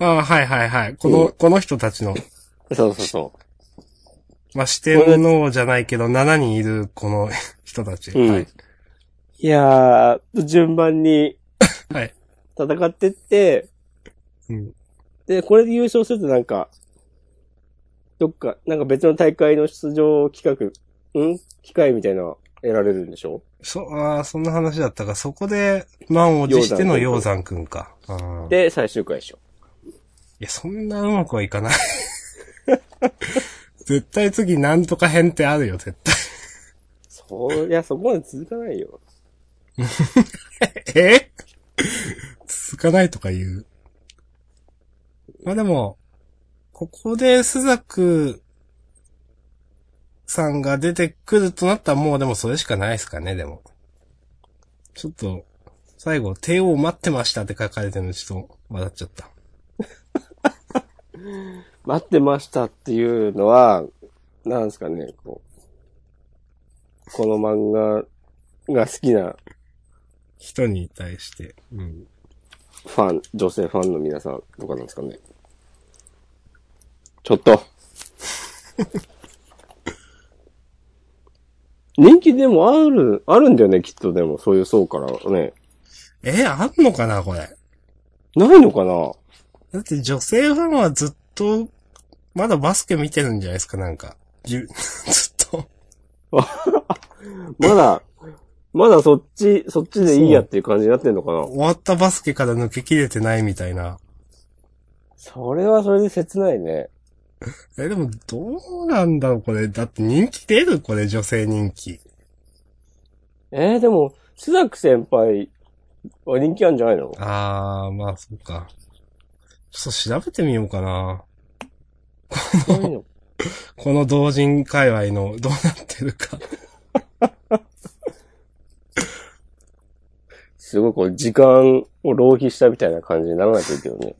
ああ、はいはいはい。この、うんこの人たちの、そうそまあ、四天王じゃないけど、7人いるこの 人たち。うんはい。いやー、順番にはい。戦ってって、うん。で、これで優勝するとなんか、どっか、なんか別の大会の出場企画、ん機会みたいなの得られるんでしょそ、ああ、そんな話だったが、そこで、満を持しての鷹山くんか。ああ。で、最終回でしょ。いや、そんなうまくはいかない。 絶対次なんとか編ってあるよ、絶対。そりゃそこまで続かないよ。え続かないとか言う。まあでも、ここでスザクさんが出てくるとなったらもうでもそれしかないですかね、でも。ちょっと、最後、帝王待ってましたって書かれてるのちょっと笑っちゃった。待ってましたっていうのは、なんですかね、こう。この漫画が好きな人に対して。うん。ファン、女性ファンの皆さんとかなんですかね。ちょっと。 人気でもある、あるんだよね、きっとでも、そういう層からはね。え、あんのかな、これ。ないのかなだって女性ファンはずっと、まだバスケ見てるんじゃないですか、なんか。じゅ ずっと。まだ、 まだそっち、そっちでいいやっていう感じになってんのかな終わったバスケから抜けきれてないみたいな。それはそれで切ないね。え、でも、どうなんだろう、これ。だって人気出るこれ、女性人気。えー、でも、須作先輩は人気あるんじゃないのあー、まあ、そうか。ちょっと調べてみようかな。そういうのこの同人界隈の、どうなってる か。すごいこう、時間を浪費したみたいな感じにならないといいけど ね。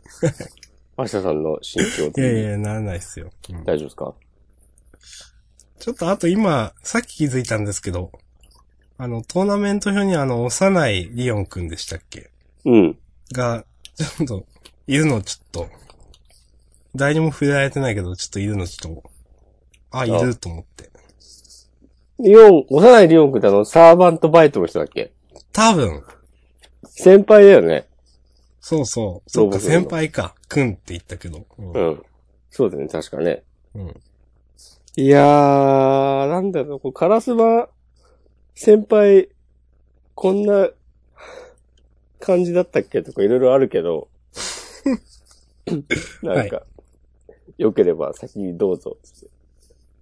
明日さんの心境っていやいや、ならないっすよ。うん大丈夫ですかちょっとあと今、さっき気づいたんですけど、あの、トーナメント表にあの、幼いリオンくんでしたっけうん。が、ちょっと、いるのちょっと、誰にも触れられてないけど、ちょっといるのちょっと、あ、いると思って。リオン、幼いリオン君ってあの、サーバントバイトの人だっけ多分、先輩だよね。そうそう。そ動う物か、園の先輩か。くんって言ったけど。う。うんそうだよね、確かね。ん。うん。いやー、なんだろう、こうカラスマ先輩、こんな感じだったっけとかいろいろあるけど、なんか、良ければ先にどうぞ、つって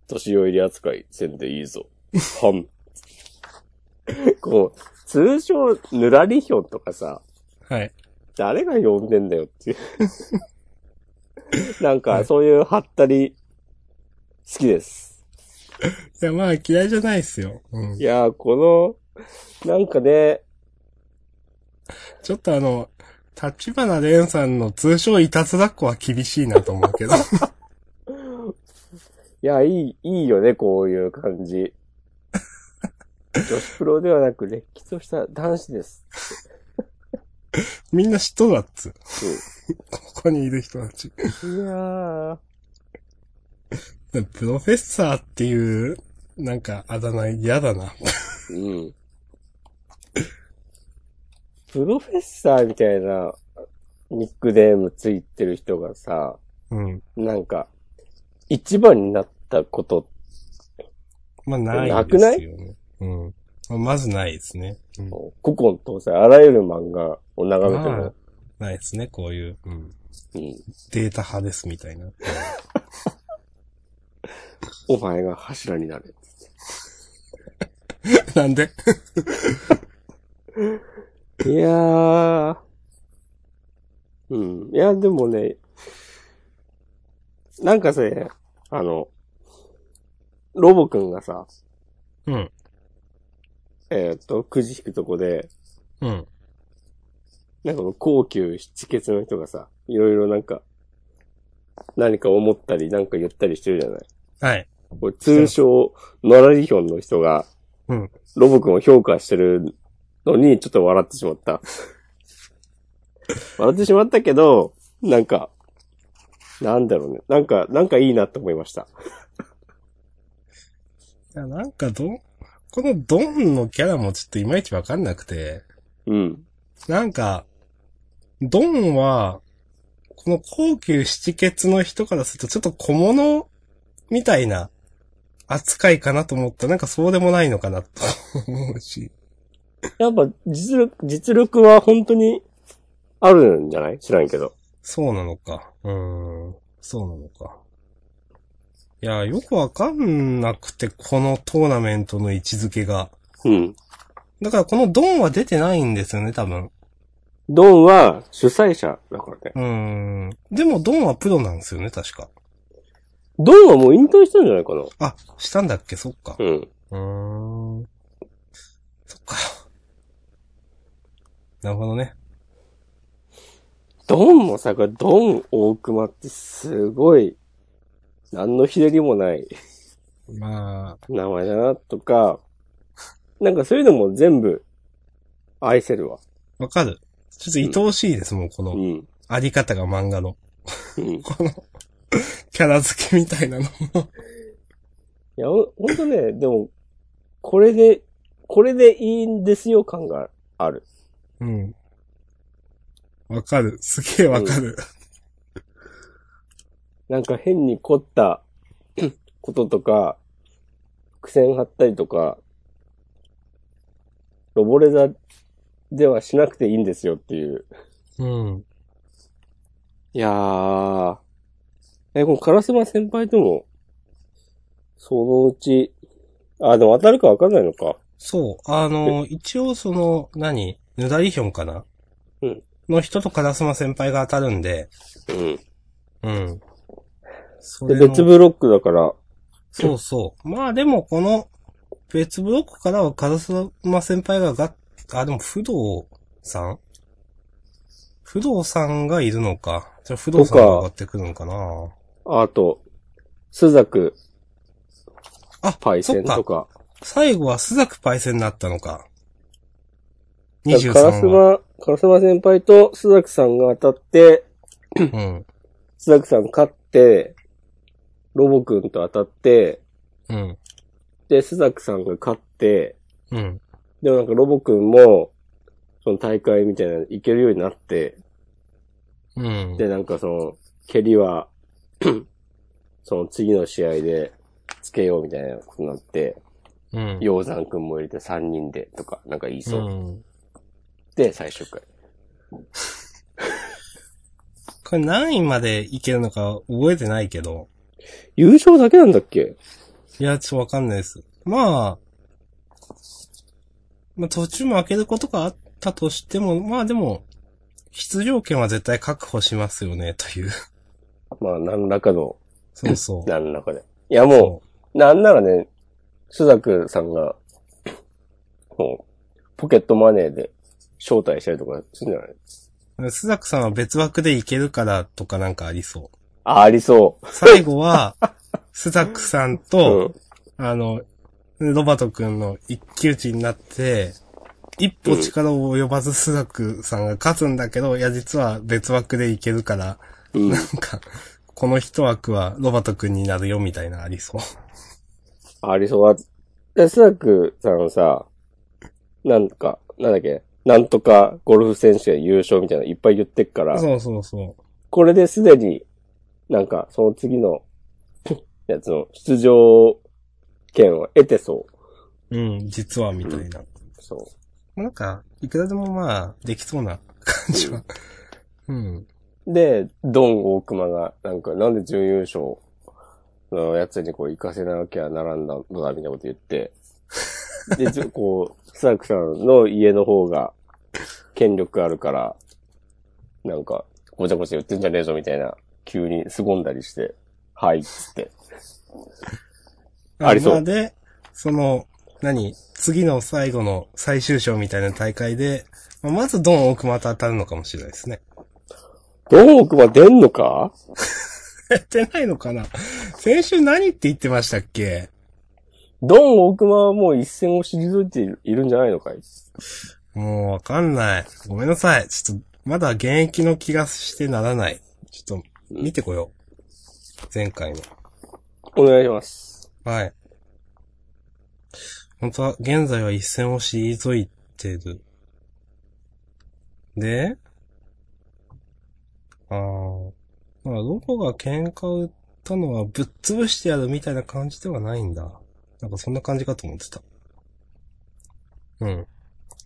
年寄り扱いせんでいいぞ。はん。 こう、通称、ぬらりひょんとかさ、はい。誰が呼んでんだよっていう。なんか、そういうハったり、好きです。いや、まあ嫌いじゃないですよ。うんい。やー、この、なんかね、ちょっとあの、立花蓮さんの通称いたずらっ子は厳しいなと思うけ ど。いや、いい、いいよね、こういう感 じ。女子プロではなく、れっきとした男子です。みんな嫉妬だっつ。うここにいる人たん、ち。いやー、プロフェッサーっていう、なんか、あだ名嫌だな。うん。プロフェッサーみたいなニックネームついてる人がさ、うん。なんか、一番になったこと、まあ、ないですよ、ね。なくないうん。まあまずないですね。うん古今東西、あらゆる漫画を眺めてまあも、ないですね、こういう、うんうん、データ派ですみたいな。 お前が柱になる。なんでいやー。うん。いや、でもね、なんかさ、あの、ロボくんがさ、うん。えーっ、と、くじ引くとこで、うん。なんかこの高級七欠の人がさ、いろいろなんか、何か思ったり、なんか言ったりしてるじゃない。はい。これ通称、ノラリヒョンの人が、うんロボくんを評価してるのに、ちょっと笑ってしま った。笑ってしまったけど、なんか、なんだろうね。なんか、なんかいいなって思いました。いや、なんかどん、このドンのキャラもちょっといまいちわかんなくて、うん。なんか、ドンは、この高級七欠の人からするとちょっと小物みたいな扱いかなと思ったらなんかそうでもないのかなと思うし。やっぱ、実力、実力は本当に、あるんじゃない知らんけど。そうなのか。うーん。そうなのか。いや、よくわかんなくて、このトーナメントの位置づけが。うん。だからこのドンは出てないんですよね、多分。ドンは主催者だからね。うーん。でもドンはプロなんですよね、確か。ドンはもう引退したんじゃないかなあ、したんだっけ、そっか。うん。うーん。そっか。なるほどね。ドンもさ、これドン大熊ってすごい、何のひねりもないまあ、名前だな、とか、なんかそういうのも全部、愛せるわ。わかる。ちょっと愛おしいです、もうこうの、ん。あり方が漫画の。うん。いこの、キャラ付けみたいなのも。や、ほほんとね、でも、これで、これでいいんですよ感がある。うん。わかる。すげえわかる。なんか変に凝った こととか、苦戦張ったりとか、ロボレザではしなくていいんですよっていう。うん。いやー。え、このカラスマ先輩とも、そのうち、あ、でも当たるかわかんないのか。そう。あの、一応その、何ヌダリヒョンかなうん。の人とカラスマ先輩が当たるんで、うん。うん。そで、れも別ブロックだから、そうそう。まあでもこの、別ブロックからはカラスマ先輩がが、あ、でも不動さん不動さんがいるのか。じゃあ不動さんが上がってくるのかなあと、スザク、あ、パイセンそっとか。最後はスザクパイセンになったのか。だ23からカは。ラスマ、カラスマ先輩とスザクさんが当たって、うん。スザクさん勝って、ロボくんと当たって、うん。で、スザクさんが勝って、うん。でもなんかロボくんも、その大会みたいなの行けるようになって、うん。で、なんかその、蹴りは、 その次の試合でつけようみたいなことになって、うん。洋山くんも入れて3人でとか、なんか言いそう。うん。で、最終回。これ何位までいけるのか覚えてないけど。優勝だけなんだっけいや、ちょっとわかんないです。まあ、まあ途中負けることがあったとしても、まあでも、出場権は絶対確保しますよね、と いう。まあ、何らかの、そうそう。何らかで。いや、もう、なんならね、朱雀さんが、 もう、ポケットマネーで招待したりとかするんじゃないスザクさんは別枠でいけるからとかなんかありそ。あ、ありそう最後は、スザクさんう。と、うん。あの、ロバート君の一騎打ちになって、一歩力を及ばずスザクさんが勝つんだけど、いや実は別枠でいけるから、うん。なんか、この一枠はロバート君になるよみたいなありそう。ありそうだ。で、スザクさんさ、なんか、なんだっけ、なんとかゴルフ選手が優勝みたいなのいっぱい言ってっから、そうそうそ。これですでに、なんか、その次の、 やつの出場権を得てそううん、実はみたいな。う。そう。なんか、いくらでもまあ、できそうな感じは。うん。で、ドン・大熊が、なんか、なんで準優勝のやつにこう、行かせなきゃならんだのだ、みたいなこと言 って、で、ちょこう、スラクさんの家の方が、権力あるから、なんか、ごちゃごちゃ言ってんじゃねえぞ、みたいな、急に凄んだりして、はい、っつって。ありそうまで、その、何次の最後の最終章みたいな大会で、まあまずドン奥また当たるのかもしれないですね。ドン・大熊出んのかやってないのかな先週何って言ってましたっけドン・大熊はもう一線を退いているんじゃないのかいもうわかんない。ごめんなさい。ちょっと、まだ現役の気がしてならない。ちょっと、見てこよう。前回の。お願いします。はい。本当は、現在は一線を退いてる。で、あー、まあ、ロコが喧嘩を売ったのはぶっ潰してやるみたいな感じではないんだ。なんかそんな感じかと思ってた。うん。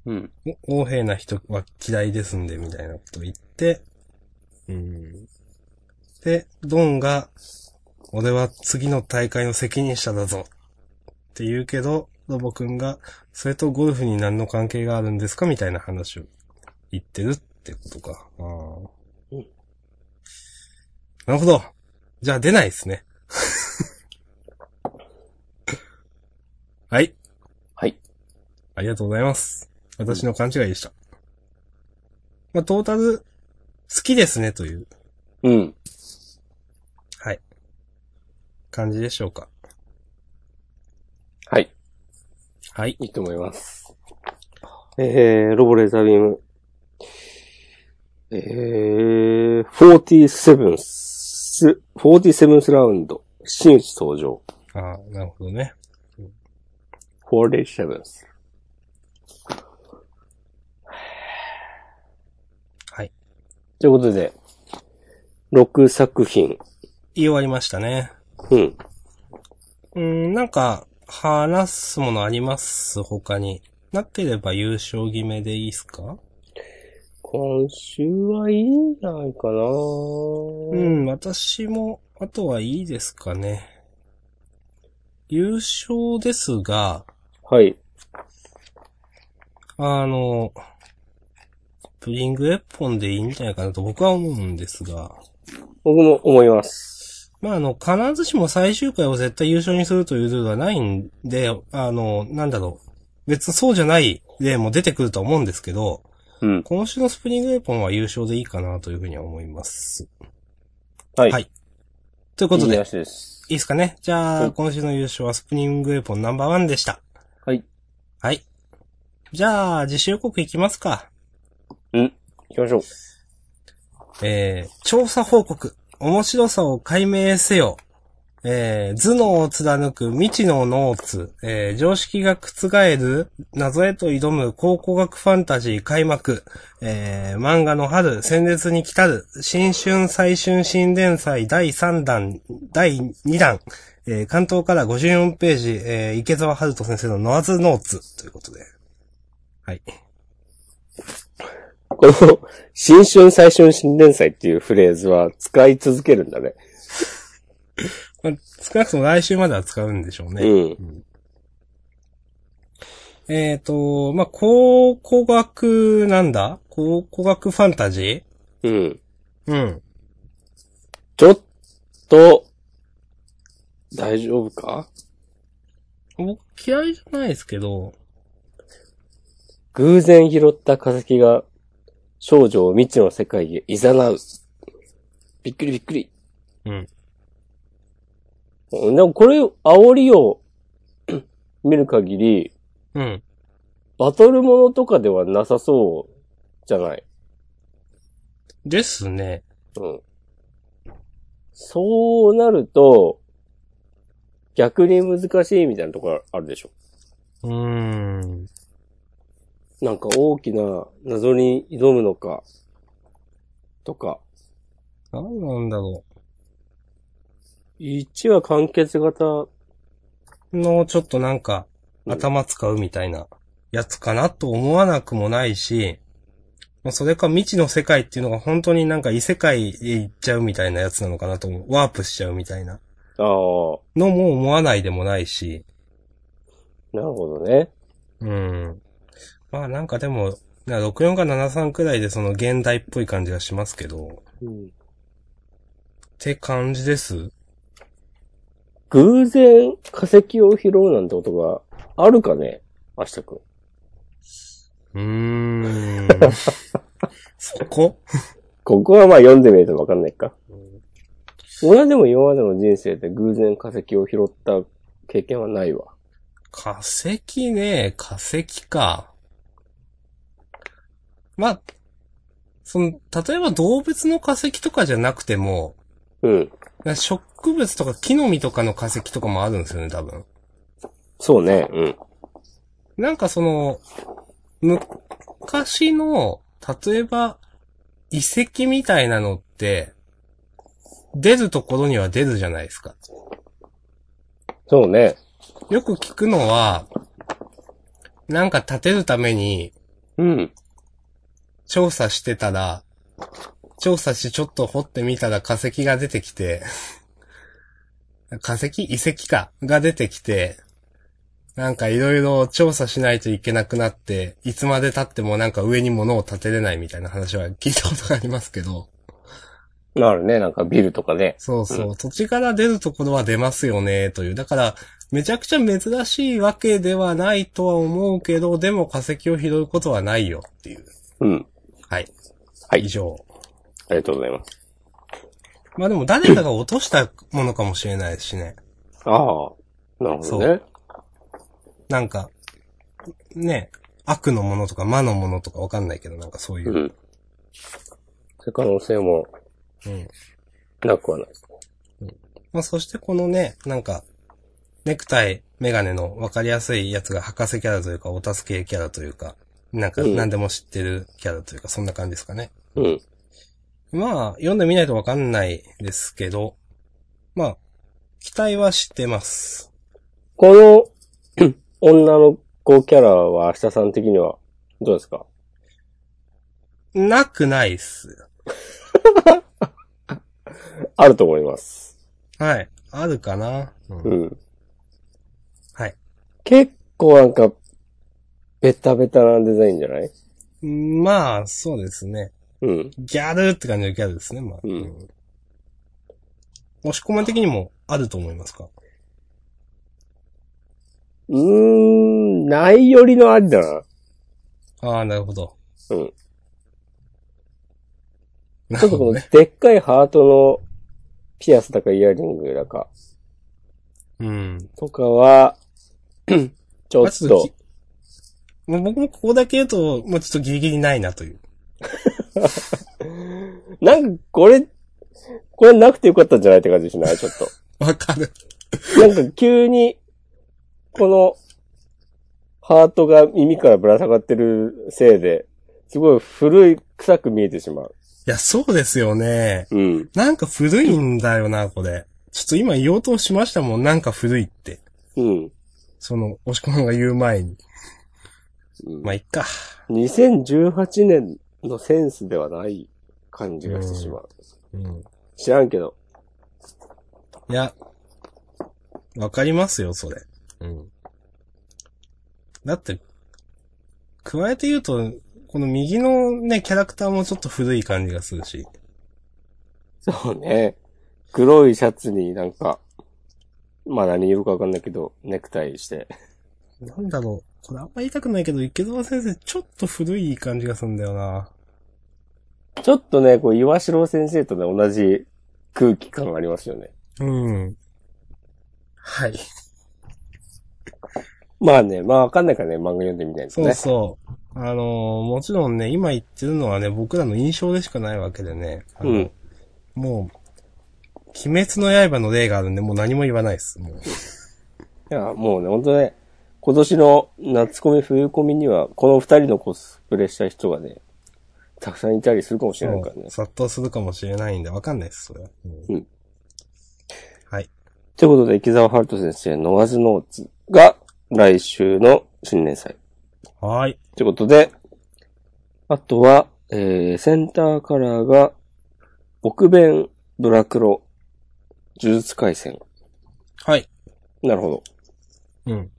うん。お横柄な人は嫌いですんで、みたいなこと言って、うん。で、ドンが、俺は次の大会の責任者だぞ。って言うけど、ロボくんが、それとゴルフに何の関係があるんですかみたいな話を言ってるってことか。あーうんなるほど。じゃあ出ないですね。 はい。はい。ありがとうございます。私の勘違いでした。まあ、トータル、好きですねといううん。感じでしょうか。はい。はい。いいと思います。えー、ロボレーザービーム。えー、47th、47th ラウンド、新内登場。ああ、なるほどね。 47th。はい。ということで、6作品。言い終わりましたね。うん。うーん、なんか、話すものあります他に。なければ優勝決めでいいっすか今週はいいんじゃないかなううん。ん、私も、あとはいいですかね。優勝ですが、はい。あの、ブリングエッポンでいいんじゃないかなと僕は思うんですが、僕も思います。まあ、あの、必ずしも最終回を絶対優勝にするというルールはないんで、あの、なんだろう。別にそうじゃない例も出てくると思うんですけど、うん。今週のスプリングエポンは優勝でいいかなというふうには思います。はい。。はいいというこいといで、い話です。いですかねじゃうあ、ん今週の優勝はスプリングエポンナンバーワンでした。はい。はい。じゃあ、自主予告いきますか。行きましょう。えー、調査報告。面白さを解明せよ。えー、頭脳を貫く未知のノーツ。えー、常識が覆る謎へと挑む考古学ファンタジー開幕。えー、漫画の春、戦列に来たる。新春最春新連載第3弾、第2弾。えー、関東から54ページ、えー、池澤春人先生のノアズノーツ。ということで。はい。ここの、新春最春新連載っていうフレーズは使い続けるんだね。まあ、少なくとも来週までは使うんでしょうね。うん。えっ、と、まあ、考古学なんだ考古学ファンタジうん。ーうん。ちょっと、大丈夫か僕嫌いじゃないですけど、偶然拾った化石が少女を未知の世界へ誘う。びっくりびっくり。うん。でもこれ、煽りを見る限り、うん。バトルものとかではなさそうじゃない。ですね。うん。そうなると、逆に難しいみたいなところあるでしょ。うーん。なんか大きな謎に挑むのか、とか。なんなんだろ1は完結型、う。の、ちょっとなんか、うん頭使うみたいなやつかなと思わなくもないし、まあ、それか未知の世界っていうのが本当になんか異世界へ行っちゃうみたいなやつなのかなと思う。ワープしちゃうみたいなああ、のも思わないでもないし、なるほどね。うん。まあなんかでも、な64か73くらいでその現代っぽい感じがしますけど、うん、って感じです。偶然化石を拾うなんてことがあるかね明日くん。うーん。 そこここはまあ読んでみるとわかんないか。俺はでも今までの人生で偶然化石を拾った経験はないわ。化石ね、化石か。まあ、その、例えば動物の化石とかじゃなくても、うん。な植物とか木の実とかの化石とかもあるんですよね、多分。そうね。うん。なんかその、昔の、例えば、遺跡みたいなのって、出るところには出るじゃないですか。そうね。よく聞くのは、なんか建てるためにうん。調査してたら、調査しちょっと掘ってみたら化石が出てきて、化石遺跡か、が出てきて、なんかいろいろ調査しないといけなくなって、いつまで経ってもなんか上に物を建てれないみたいな話は聞いたことがありますけど、あるね。なんかビルとかね。そうそう、土地から出るところは出ますよね、という。だから、めちゃくちゃ珍しいわけではないとは思うけど、でも化石を拾うことはないよっていう。うん。はい。はい以上。ありがとうございます。まあでも誰かが落としたものかもしれないしね。ああ。なるほどね。なんか、ね、悪のものとか魔のものとかわかんないけど、なんかそういうう。ん。そういう可能性もうん。なくはない。まあそしてこのね、なんか、ネクタイ、メガネのわかりやすいやつが博士キャラというか、お助けキャラというか、なんかうん何でも知ってるキャラというか、そんな感じですかね。うん。まあ、読んでみないとわかんないですけど、まあ、期待はしてます。この 女の子キャラは明日さん的にはどうですかなくないっす。あると思います。はい。あるかな。うんうん。はい。結構なんか、ベタベタなデザインじゃないまあ、そうですね。うん。ギャルって感じのギャルですね、まあ。うん押し込ま的にもあると思いますかうーん、ないよりのありだな。ああ、なるほど。うん。なちょるっとほこどのね。、でっかいハートのピアスだかイヤリングだか、うん。とか は、ちょまあっとき、もう僕もここだけ言うと、もうちょっとギリギリないなという。なんかこれ、これなくてよかったんじゃないって感じしないちょっと。わかる。なんか急に、この、ハートが耳からぶら下がってるせいで、すごい古い、臭く見えてしまう。いや、そうですよね。うん。なんか古いんだよな、これ。ちょっと今言おうとしましたもん、なんか古いって。うん。その、押し込まが言う前に。まあ、いっか。 2018年のセンスではない感じがしてしまう。うん。知らんけど。いや、わかりますよ、それ。うん。だって、加えて言うと、この右のね、キャラクターもちょっと古い感じがするし。そうね。黒いシャツになんか、まあ何色かわかんないけど、ネクタイして。なんだろう。これあんま言いたくないけど、池澤先生、ちょっと古い感じがするんだよな。ちょっとね、こう、岩城先生とね、同じ空気感がありますよね。うん。はい。まあね、まあわかんないからね、漫画読んでみたいですそうね。そう。あのーもちろんね、今言ってるのはね、僕らの印象でしかないわけでね。あのうんもう、鬼滅の刃の例があるんで、もう何も言わないです。もいうや、もうね、ほんとね、今年の夏コミ、冬コミには、この二人のコスプレした人がね、たくさんいたりするかもしれないからね。殺到するかもしれないんで、わかんないです、それは。うんうんはい。ということで、池澤春人先生のワズノーツが来週の新年祭。はーい。ということで、あとは、えー、センターカラーが、奥弁、ドラクロ、呪術回戦。はい。なるほど。うん。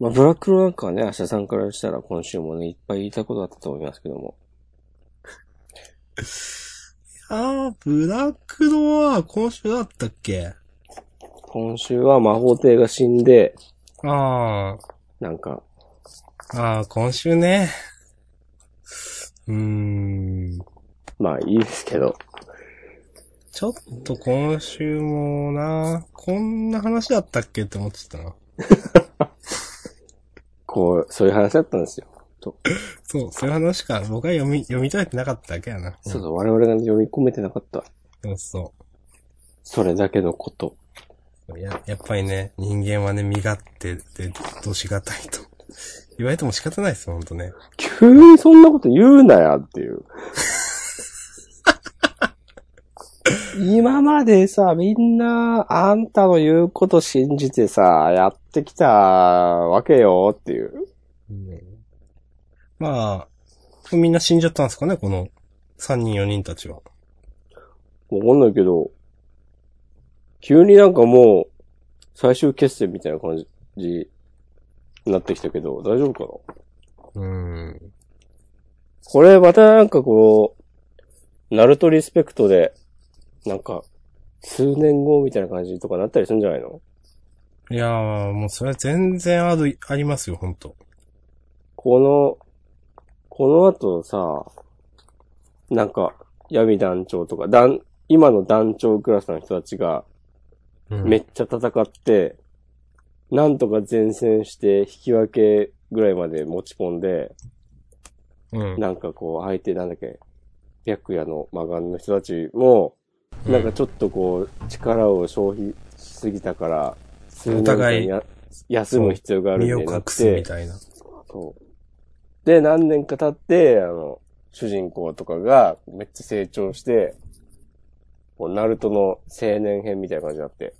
まあ、ドラクロなんかはね、明日さんからしたら今週もね、いっぱい言いたいことあったと思いますけども。あー、ブラックドは今週だったっけ今週は魔法帝が死んで、あー、なんか、あー、今週ね。うーん。まあいいですけど。ちょっと今週もな、こんな話だったっけって思ってたな。こう、そういう話だったんですよ。そう、そういう話か。僕は読み、読み取れてなかっただけやな。そうそう、我々が読み込めてなかった。そうそそれだけのこと。う。や、やっぱりね、人間はね、身勝手で、どしがたいと。 言われても仕方ないですよ、ほんとね。急にそんなこと言うなやっていう。今までさ、みんな、あんたの言うこと信じてさ、やってきたわけよっていう。まあ、みんな死んじゃったんですかね、この3人4人たちは。わかんないけど、急になんかもう、最終決戦みたいな感じになってきたけど、大丈夫かなうん。これまたなんかこう、ナルトリスペクトで、なんか、数年後みたいな感じとかなったりするんじゃないのいやー、もうそれは全然ある、ありますよ、ほんと。この、この後さ、なんか、闇団長とか、団、今の団長クラスの人たちが、うんめっちゃ戦って、なんとか前線して引き分けぐらいまで持ち込んで、うん。なんかこう相手なんだっけ、白夜の魔眼の人たちも、うんなんかちょっとこう力を消費しすぎたから、数年間お互いや休む必要があるみ身たをいにな隠っすみて、たいな。そうで、何年か経って、あの、主人公とかがめっちゃ成長して、こうナルトの青年編みたいな感じになって、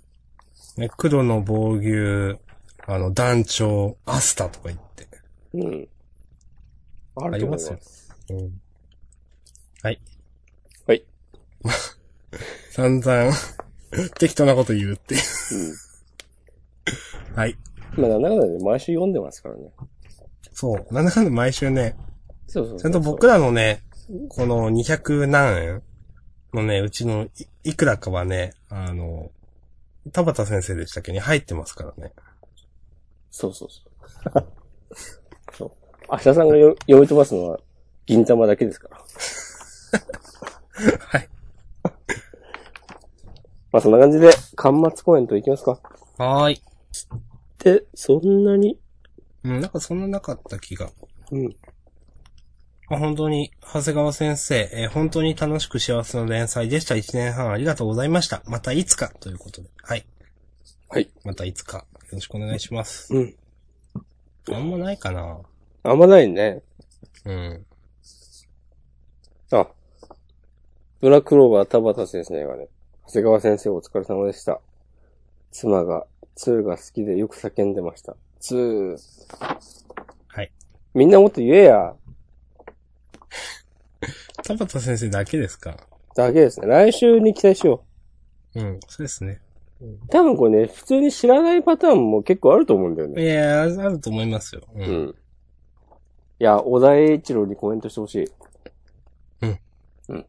ね、黒の防御、あの、団長、アスタとか言って。うん。あありますよ。うん。はい。はい。 散々、適当なこと言うっていう。はい。うん。まあ、なんだかんだで毎週読んでますからね。そう。なんだかんだ毎週ね、そうそうちゃんと僕らのね、この200何円のね、うちのいいくらかはね、あの、田畑先生でしたっけに入ってますからね。そうそうそう。そう。明日さんがよ読み飛ばすのは、銀玉だけ ですから。はい。まあ、そんな感じで、巻末公演といきますか。はーい。で、そんなに、うん、なんかそんななかった気が。うん。まあ本当に、長谷川先生、えー本当に楽しく幸せの連載でした。1年半ありがとうございました。またいつかということで。はい。はい。またいつか。よろしくお願いします。うん。なんもないかなあんまないね。うん。あ。ドラクローバー田畑先生がね、長谷川先生お疲れ様でした。妻が、ツーが好きでよく叫んでました。ツー。はい。みんなもっと言えや。田畑先生だけですかだけですね。来週に期待しようん、そうですね。う。多分これね、普通に知らないパターンも結構あると思うんだよいね。やあると思いますよ。う。うんん。いや、小田栄一郎にコメントしてほしい。うん。うん。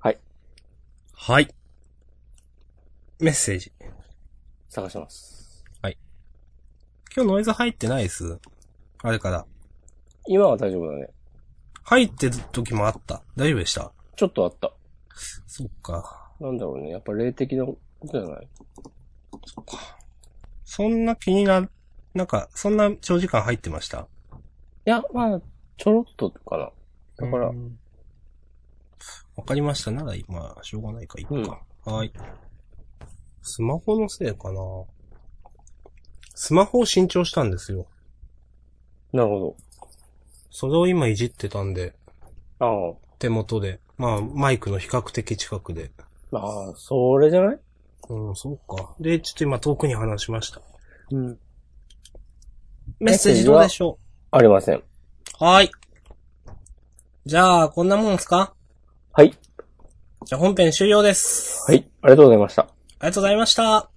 はい。はい。メッセージ。探します。今日ノイズ入ってないです。あれから。今は大丈夫だね。入ってる時もあった。大丈夫でしたちょっとあった。そっか。なんだろうね。やっぱ霊的なことじゃないそんな気にな、なんか、そんな長時間入ってましたいや、まあ、ちょろっとかな。だからうんわかりました。なら今、しょうがないか、いっか。はい。スマホのせいかなスマホを新調したんですよ。なるほそれを今いじってたんで、ど。手元で。まあ、マイクの比較的近くで。ああ。ああ、それじゃないうん、そうか。で、ちょっと今遠くに話しました。うん。メッセージどうでしょありません。うはい。じゃあ、こんなもんですかはい。じゃあ本編終了です。はい。ありがとうございました。ありがとうございました。